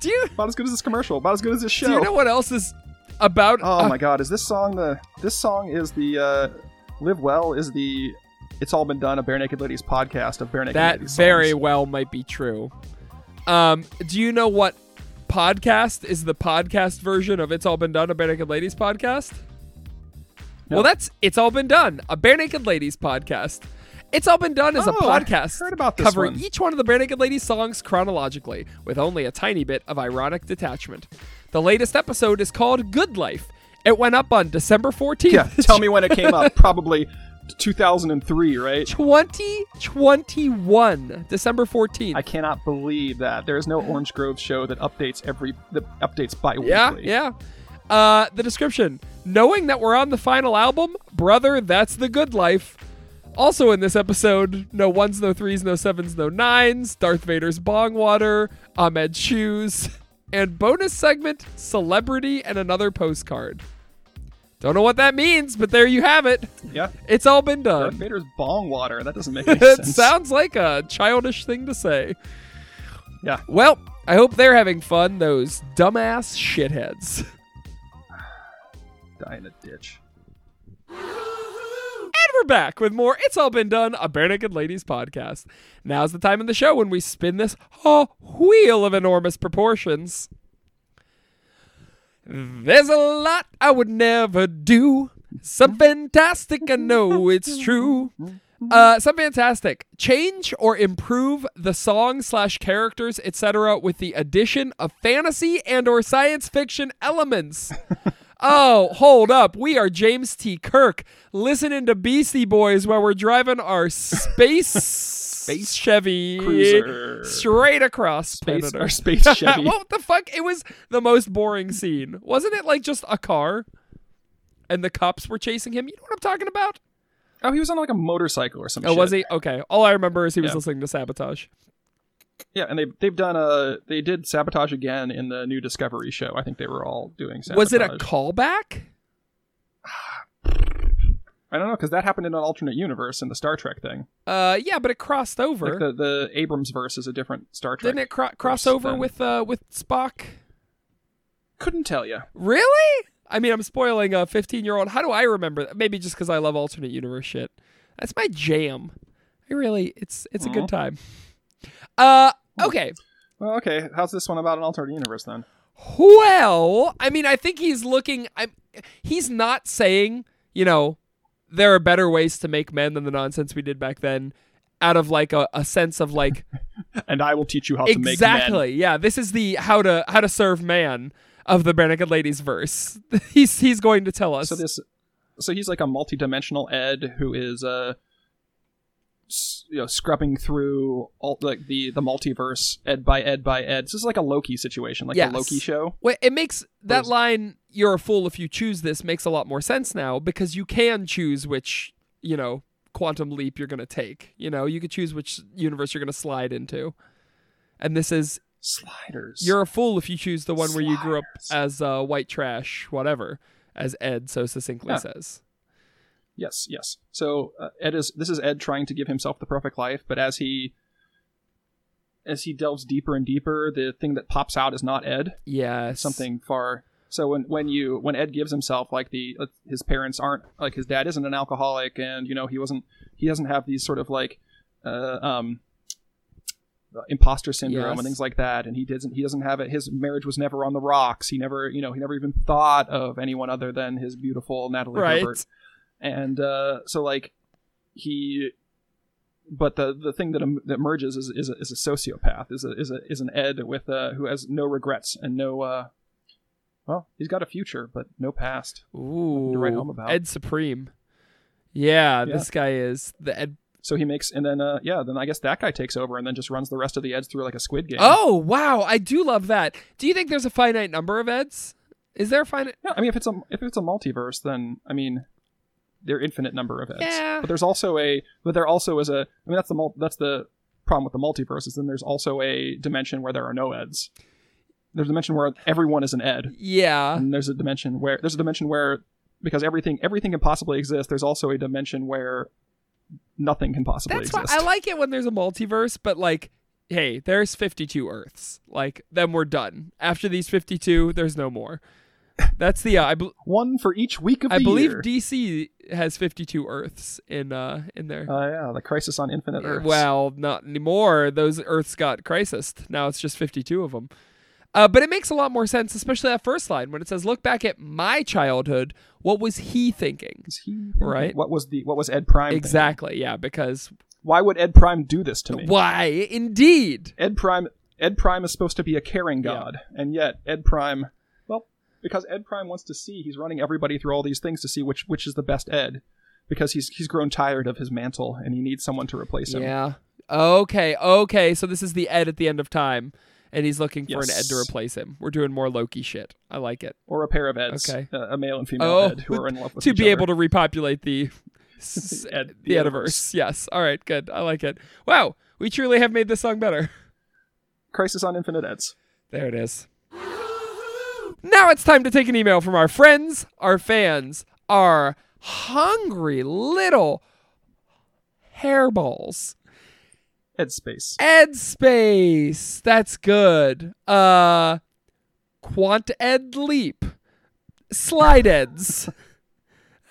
B: Do you
C: about as good as this commercial. About as good as this show.
B: do you know what else is about?
C: oh
B: uh,
C: my god, is this song the? This song is the. uh Live well is the. It's all been done. A bare naked ladies podcast of bare naked
B: that
C: ladies.
B: very
C: songs.
B: well might be true. Um, do you know what podcast is the podcast version of It's All Been Done, a Bare Naked Ladies podcast?
C: No.
B: Well, that's It's All Been Done, a Bare Naked Ladies podcast. It's All Been Done is a
C: Oh, I
B: podcast
C: heard about this
B: covering
C: one.
B: each one of the Bare Naked Ladies songs chronologically, with only a tiny bit of ironic detachment. The latest episode is called Good Life. It went up on December 14th.
C: Yeah, tell me when it came up. Probably 2003, right?
B: 2021, December 14th.
C: I cannot believe that there is no Orange Grove show that updates every that updates bi-weekly.
B: Yeah, yeah. Uh, the description: Knowing that we're on the final album, brother, that's the good life. Also in this episode, no ones, no threes, no sevens, no nines. Darth Vader's bong water, Ahmed shoes, and bonus segment: celebrity and another postcard. Don't know what that means, but there you have it.
C: yeah.
B: It's all been
C: Darth
B: done.
C: Vader's bong water. That doesn't make any
B: It
C: sense.
B: sounds like a childish thing to say.
C: Yeah.
B: Well, I hope they're having fun, those dumbass shitheads.
C: Die in a ditch.
B: And we're back with more It's All Been Done, a Bare Naked Ladies podcast. Now's the time in the show when we spin this oh, wheel of enormous proportions. There's a lot I would never do. Some fantastic, I know it's true. Uh, some fantastic. Change or improve the song slash characters, etc., with the addition of fantasy and or science fiction elements. Oh, hold up. We are James T. Kirk listening to Beastie Boys while we're driving our space, space Chevy
C: Cruiser.
B: straight across
C: Space,
B: planet
C: or
B: Earth.
C: space Chevy.
B: what the fuck? It was the most boring scene. Wasn't it like just a car and the cops were chasing him? You know what I'm talking about?
C: oh, he was on like a motorcycle or something.
B: Oh, was he? Okay. All I remember is he was
C: Yeah.
B: listening to Sabotage.
C: Yeah, and they they've done a they did sabotage again in the new Discovery show. I think they were all doing sabotage.
B: Was it a callback?
C: I don't know because that happened in an alternate universe in the Star Trek thing.
B: Uh, yeah, but it crossed over.
C: Like the the Abrams verse is a different Star Trek.
B: Didn't it cro- cross over
C: then.
B: with uh, with Spock?
C: Couldn't tell you.
B: Really? I mean, I'm spoiling a 15 year old. How do I remember that? Maybe just because I love alternate universe shit. That's my jam. I really, it's it's a good time. Uh, okay.
C: Well, okay. How's this one about an alternate universe then?
B: Well, I mean, I think he's looking. I'm. He's not saying, you know, there are better ways to make men than the nonsense we did back then. Out of like a, a sense of like
C: And I will teach you how to make men.
B: exactly, yeah. This is the how to how to serve man of the Brannigan ladies verse. he's he's going to tell us.
C: So this, so he's like a multi-dimensional Ed who is uh, s- you know, scrubbing through all like the the multiverse Ed by Ed by Ed. This is like a Loki situation, like
B: Yes.
C: the Loki show.
B: Well, it makes that
C: Whereas-
B: line "You're a fool if you choose this" makes a lot more sense now because you can choose which you know quantum leap you're going to take. You know, you could choose which universe you're going to slide into. And this is
C: Sliders.
B: "You're a fool if you choose the one where you grew up
C: Sliders.
B: as uh, white trash, whatever," as Ed so succinctly
C: Yeah.
B: says.
C: yes, yes. So uh, Ed is this is Ed trying to give himself the perfect life, but as he as he delves deeper and deeper, the thing that pops out is not Ed.
B: Yes,
C: something far so when when you when ed gives himself like the uh, his parents aren't like his dad isn't an alcoholic and you know he wasn't he doesn't have these sort of like uh, um imposter syndrome
B: Yes.
C: and things like that and he doesn't he doesn't have it his marriage was never on the rocks he never you know he never even thought of anyone other than his beautiful natalie
B: right?
C: Herbert and uh, so like he but the the thing that, em- that emerges is is a, is a sociopath is a, is a, is an ed with uh, who has no regrets and no uh well he's got a future but no past
B: Ooh,
C: write home about.
B: Ed Supreme. Yeah,
C: Yeah.
B: this guy is the Ed.
C: so he makes and then uh yeah then i guess that guy takes over and then just runs the rest of the eds through like a squid game
B: Oh wow, I do love that. Do you think there's a finite number of Eds? Is there a finite?
C: yeah i mean if it's a if it's a multiverse then i mean there are infinite number of eds
B: Yeah.
C: but there's also a but there also is a i mean that's the mul- that's the problem with the multiverse is then there's also a dimension where there are no Eds. There's a dimension where everyone is an Ed,
B: Yeah.
C: and there's a dimension where there's a dimension where because everything everything can possibly exist. There's also a dimension where nothing can possibly
B: That's why
C: exist.
B: I like it when there's a multiverse, but like, hey, there's 52 Earths. Like, then we're done. After these 52, there's no more. That's the uh, I, bel
C: One for each week of
B: I
C: the
B: believe
C: year.
B: DC has 52 Earths in uh in there.
C: uh, yeah, the Crisis on Infinite Earths.
B: Well, not anymore. Those Earths got crisised. Now it's just 52 of them. Uh, but it makes a lot more sense, especially that first line when it says, "Look back at my childhood. What was he thinking?"
C: Is he thinking-
B: Right.
C: What was the what was Ed Prime? thinking?
B: Exactly. Yeah, because
C: Why would Ed Prime do this to me?
B: why indeed.
C: Ed Prime Ed Prime is supposed to be a caring god, and yet Ed Prime well, because Ed Prime wants to see, he's running everybody through all these things to see which which is the best Ed. Because he's he's grown tired of his mantle and he needs someone to replace him.
B: Yeah. Okay. Okay. So this is the Ed at the end of time, and he's looking for an Ed to
C: Yes.
B: replace him. We're doing more Loki shit. I like it.
C: Or a pair of Eds.
B: Okay.
C: A, a male and female
B: Oh,
C: Ed who are in love with
B: to
C: each
B: be
C: other.
B: able to repopulate the s-
C: The Ed-
B: the
C: the
B: Ediverse. Yes. All right. Good. I like it. Wow. We truly have made this song better.
C: Crisis on Infinite Eds.
B: There it is. Now it's time to take an email from our friends, our fans, our hungry little hairballs.
C: Ed Space.
B: Ed Space. That's good. Uh Quant Ed Leap. Slide Eds.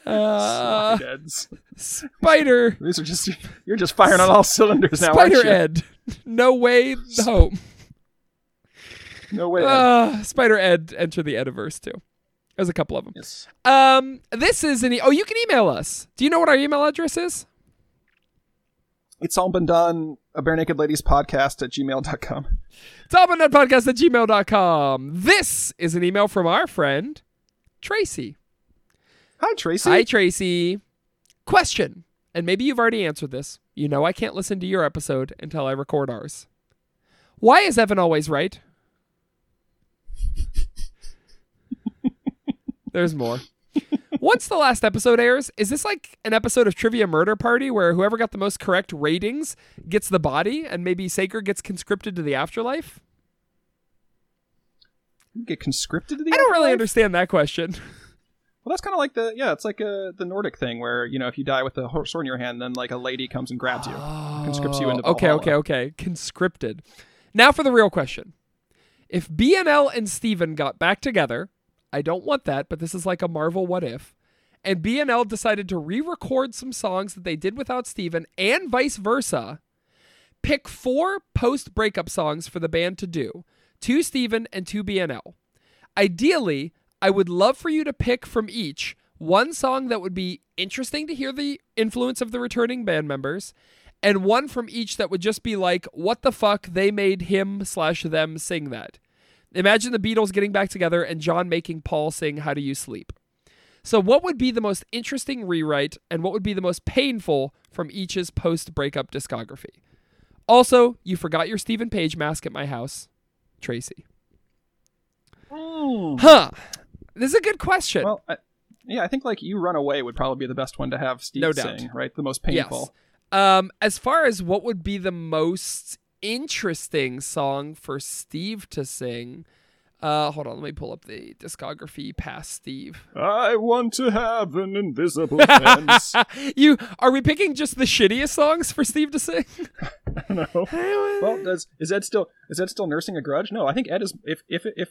B: Uh,
C: Slide Eds.
B: Spider
C: These are just you're just firing on all cylinders now. aren't
B: Spider
C: you?
B: Ed. No way home.
C: No way. Ed.
B: Uh, Spider Ed enter the Ediverse too. There's a couple of them.
C: yes.
B: Um, this is an e- oh, you can email us. Do you know what our email address is?
C: It's all been done. A bare naked ladies podcast at gmail.com.
B: Podcast at gmail.com. This is an email from our friend Tracy.
C: Hi Tracy.
B: Hi, Tracy. Question, and maybe you've already answered this. You know I can't listen to your episode until I record ours. Why is Evan always right? There's more. Once the last episode airs, is this like an episode of Trivia Murder Party where whoever got the most correct ratings gets the body and maybe Saker gets conscripted to the afterlife?
C: You get conscripted to the
B: I don't really
C: afterlife?
B: understand that question.
C: Well, that's kind of like the yeah, it's like uh the Nordic thing where you know if you die with a hor- sword in your hand, then like a lady comes and grabs you, conscripts you into
B: Oh, Okay,
C: Valhalla.
B: okay, okay. Conscripted. Now for the real question. If BNL and Steven got back together, I don't want that, but this is like a Marvel what if, and BNL decided to re record some songs that they did without Steven and vice versa, pick four post breakup songs for the band to do two Steven and two BNL. Ideally, I would love for you to pick from each one song that would be interesting to hear the influence of the returning band members, and one from each that would just be like, what the fuck, they made him slash them sing that. Imagine the Beatles getting back together and John making Paul sing How Do You Sleep. So, what would be the most interesting rewrite and what would be the most painful from each's post breakup discography? Also, you forgot your Stephen Page mask at my house, Tracy. Huh. This is a good question.
C: Hmm. Well, I, yeah, I think like you run away would probably be the best one to have Steve
B: No doubt.
C: sing, right? The most painful.
B: Yes. Um, as far as what would be the most interesting song for Steve to sing, uh, hold on, let me pull up the discography past Steve.
C: I want to have an invisible fence.
B: you are we picking just the shittiest songs for Steve to sing?
C: no. Well, does is Ed still is Ed still nursing a grudge? No, I think Ed is if if if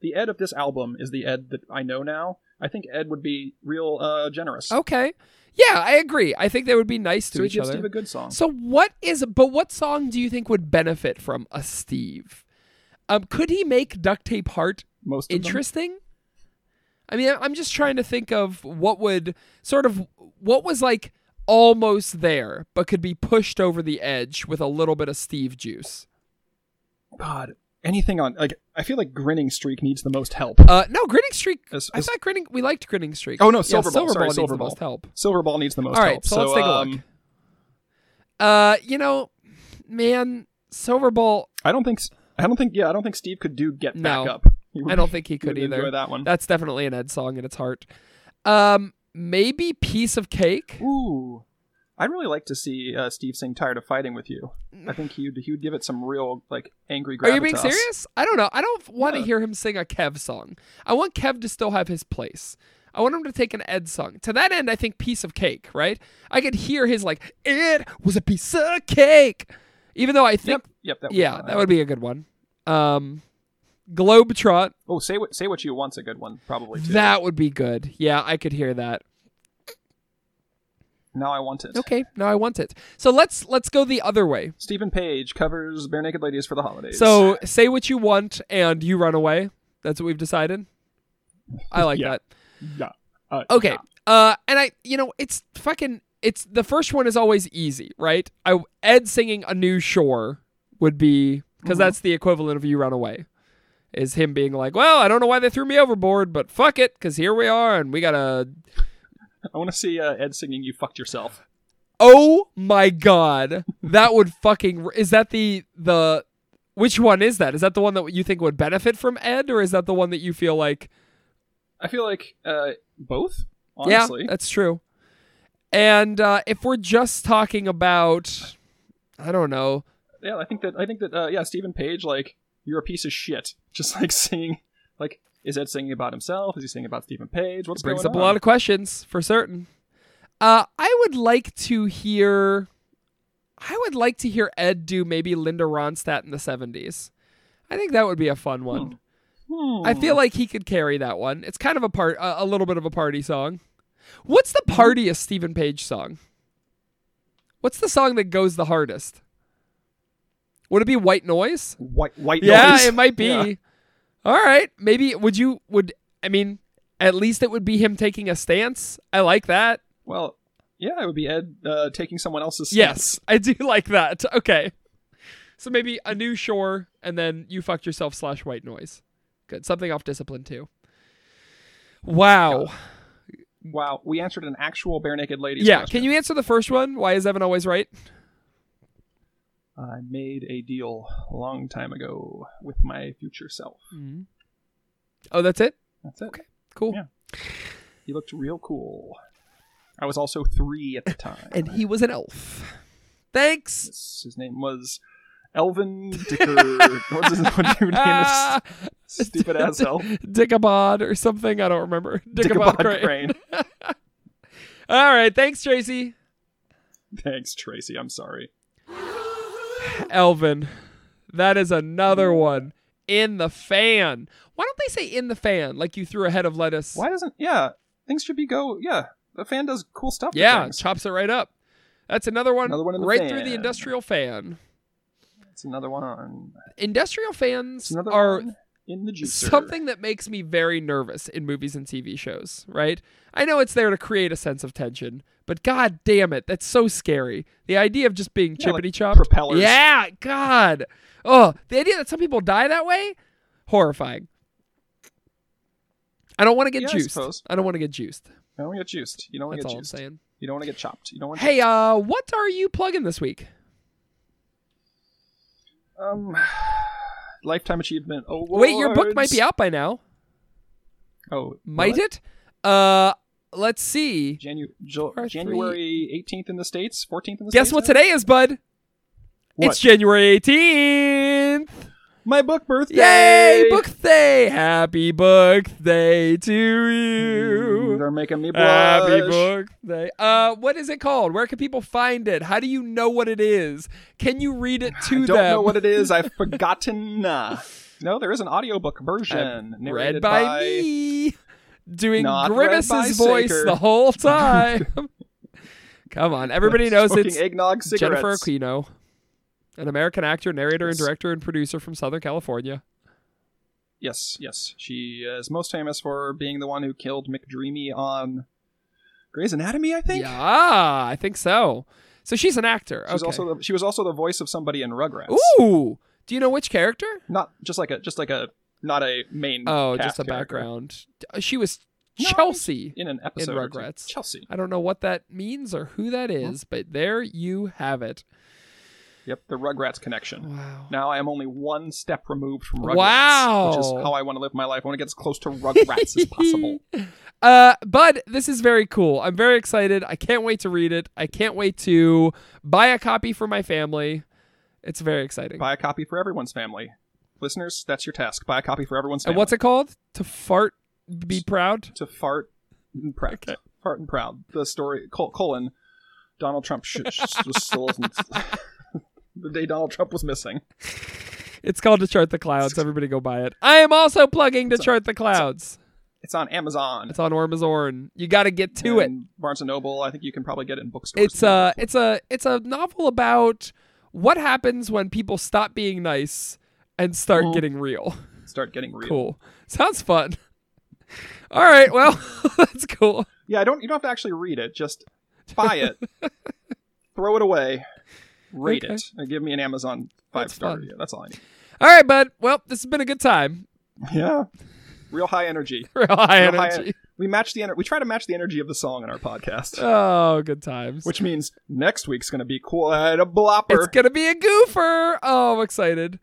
C: the Ed of this album is the Ed that I know now. I think Ed would be real uh, generous.
B: okay. Yeah, I agree. I think they would be nice Oh, to
C: so he
B: each
C: gives
B: other.
C: Steve a good song.
B: So what is but what song do you think would benefit from a Steve? Um, could he make duct tape heart
C: Most of them.
B: interesting? I mean, I- I'm just trying to think of what would sort of what was like almost there, but could be pushed over the edge with a little bit of Steve juice.
C: God, anything on like I feel like Grinning Streak needs the most help.
B: Uh, no, Grinning Streak.
C: As-
B: I
C: as-
B: thought Grinning. We liked Grinning Streak.
C: Oh no,
B: Yeah,
C: Silver Ball. Sorry,
B: needs
C: Silver
B: the
C: Ball.
B: most help.
C: Silver Ball needs the most
B: All right,
C: help.
B: so let's take a look.
C: um,
B: Uh, you know, man, Silver Ball.
C: I don't think I don't think yeah, I don't think Steve could do Get
B: No.
C: Back Up. He would-
B: I don't think he could
C: would
B: either.
C: Enjoy that one.
B: That's definitely an Ed song in its heart. Um, maybe piece of cake.
C: Ooh. I'd really like to see uh, Steve sing "Tired of Fighting with You." I think he'd he would give it some real like angry. Gravitas.
B: Are you being serious? I don't know. I don't want to
C: Yeah.
B: hear him sing a Kev song. I want Kev to still have his place. I want him to take an Ed song. To that end, I think piece of cake, right? I could hear his like, it was a piece of cake. Even though I think
C: Yep, yep. That would
B: yeah,
C: be
B: that would be a good one. Um Globetrot,
C: Oh, say what say what you want's a good one, probably too.
B: that would be good. Yeah, I could hear that.
C: now I want it.
B: Okay, now I want it. So let's let's go the other way.
C: Stephen Page covers Bare Naked Ladies for the holidays.
B: So say what you want and you run away. That's what we've decided. I like
C: Yeah.
B: that.
C: yeah. Uh,
B: Okay. Uh, and I, you know, it's fucking. It's the first one is always easy, right? I Ed singing a new shore would be because that's the equivalent of you run away, is him being like, well, I don't know why they threw me overboard, but fuck it, because here we are, and we gotta.
C: I want to see uh, Ed singing "You Fucked Yourself."
B: Oh my god, that would fucking. Is that the the? Which one is that? Is that the one that you think would benefit from Ed, or is that the one that you feel like?
C: I feel like uh, both. Honestly,
B: Yeah, that's true. And uh, if we're just talking about, I don't know,
C: yeah. I think that I think that uh, yeah, Stephen Page like you're a piece of shit. Just like singing like is Ed singing about himself? Is he singing about Stephen Page? What's
B: brings
C: going
B: up
C: on?
B: a lot of questions for certain. Uh, I would like to hear, I would like to hear Ed do maybe Linda Ronstadt in the seventies. I think that would be a fun one.
C: Hmm.
B: I feel like he could carry that one. It's kind of a part, a, a little bit of a party song. What's the
C: Mm-hmm.
B: partiest Stephen Page song? What's the song that goes the hardest? Would it be White Noise?
C: white white
B: Yeah,
C: noise.
B: it might be.
C: Yeah.
B: All right, maybe would you would I mean at least it would be him taking a stance. I like that.
C: Well, yeah, it would be Ed uh, taking someone else's. stance.
B: Yes, I do like that. Okay, so maybe a new shore and then you fucked yourself slash white noise. Good, something off discipline too. Wow.
C: Wow, we answered an actual bare naked ladies.
B: Yeah.
C: question.
B: Can you answer the first one? Why is Evan always right?
C: I made a deal a long time ago with my future self.
B: Oh, that's it.
C: That's it.
B: Okay. Cool.
C: Yeah. He looked real cool. I was also three at the time.
B: And he was an elf. Thanks.
C: His his name was Elvin Dicker. what was his what your name? Is
B: Ah!
C: stupid ass elf.
B: Dickabod or something. I don't remember. Dickabod, Crane.
C: Crane.
B: All right. Thanks, Tracy.
C: Thanks, Tracy. I'm sorry.
B: Elvin. That is
C: Mm.
B: another one. In the fan. Why don't they say in the fan? Like you threw a head of lettuce.
C: Why doesn't? Yeah, things should be go. Yeah, the fan does cool stuff. with
B: Yeah,
C: things.
B: chops it right up. That's another one.
C: Another one in the
B: right through the
C: fan.
B: industrial fan.
C: it's another one.
B: Industrial
C: It's
B: fans
C: another
B: are
C: one in the juicer.
B: something that makes me very nervous in movies and TV shows, right? I know it's there to create a sense of tension, but god damn it, that's so scary. The idea of just being
C: Yeah, like
B: chippity chopped.
C: propellers.
B: Yeah, god. Oh, the idea that some people die that way? Horrifying. I don't want to get
C: Yeah, I
B: juiced.
C: suppose.
B: I don't want to get juiced.
C: You don't want to get juiced. You don't want to
B: That's
C: get
B: all I'm
C: juiced.
B: saying.
C: You don't want to get chopped. You don't want.
B: Hey, uh, what are you plugging this week?
C: Um, lifetime achievement. Oh,
B: Wait, your book might be out by now.
C: Oh,
B: Might
C: will
B: it? Uh, let's see.
C: Janu- Ju-
B: Or
C: January eighteenth in the states, fourteenth in the states.
B: Guess what today is, bud?
C: What?
B: It's January 18th.
C: My book birthday.
B: Yay, birthday. Happy birthday to you.
C: Mm, They're making me blush.
B: Happy birthday. Uh, what is it called? Where can people find it? How do you know what it is? Can you read it to
C: I don't
B: them?
C: know what it is. I've forgotten. Uh, no, there is an audiobook version
B: read
C: narrated
B: by, me doing
C: Not read by
B: Grimace's voice
C: Saker.
B: the whole time. Come on, everybody knows
C: Smoking
B: it's
C: eggnog cigarettes.
B: Jennifer Aquino, an American actor, narrator, and
C: Yes.
B: director and producer from Southern California.
C: Yes, yes. She is most famous for being the one who killed McDreamy on Grey's Anatomy, I think.
B: Yeah, I think so. So she's an actor.
C: She was
B: okay.
C: also the, she was also the voice of somebody in Rugrats.
B: Ooh, do you know which character?
C: Not just like a just like a not a main.
B: Oh,
C: cast
B: just a
C: character.
B: background. Uh, She was
C: No,
B: Chelsea.
C: in an episode or two.
B: Rugrats.
C: Chelsea.
B: I don't know what that means or who that is, but there you have it.
C: Yep, the Rugrats connection.
B: Wow.
C: Now I am only one step removed from Rugrats, which is
B: Wow.
C: how I want to live my life. I want to get as close to Rugrats as possible.
B: Uh, Bud, this is very cool. I'm very excited. I can't wait to read it. I can't wait to buy a copy for my family. It's very exciting.
C: Buy a copy for everyone's family. Listeners, that's your task. Buy a copy for everyone's family.
B: and Uh, what's it called? To fart, be proud.
C: to fart and proud.
B: Okay.
C: Fart and proud. The story col- colon Donald Trump sh- sh- was still wasn't the day Donald Trump was missing.
B: It's called To Chart the Clouds. Everybody go buy it. I am also plugging To Chart the Clouds.
C: It's on Amazon.
B: It's on Ormazorn. You got to get to it.
C: and Barnes and Noble. I think you can probably get it in bookstores.
B: It's uh, a it's a it's a novel about what happens when people stop being nice and start getting real.
C: start getting real.
B: Cool. Sounds fun. All right. Well, that's cool.
C: Yeah, I don't. You don't have to actually read it. Just buy it, throw it away, rate
B: Okay.
C: it, and give me an Amazon five
B: That's
C: star
B: fun.
C: review. That's all I need.
B: All right, bud. Well, this has been a good time.
C: Yeah, real high energy.
B: Real high
C: Real high-
B: energy.
C: we match the energy. We try to match the energy of the song in our podcast,
B: Oh, good times.
C: which means next week's going to be quite a blopper.
B: it's gonna be a goofer. Oh, I'm excited.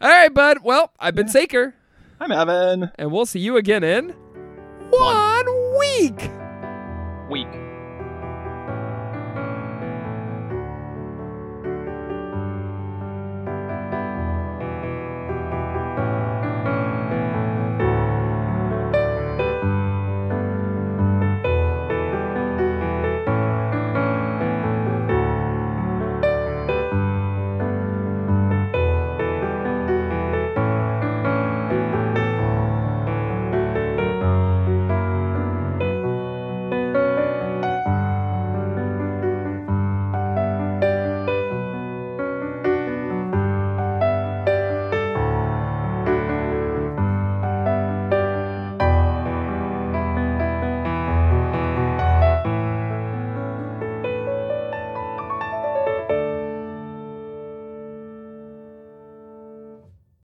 B: All right, bud. Well, I've been Saker,
C: I'm Evan.
B: and we'll see you again in one week.
C: Week.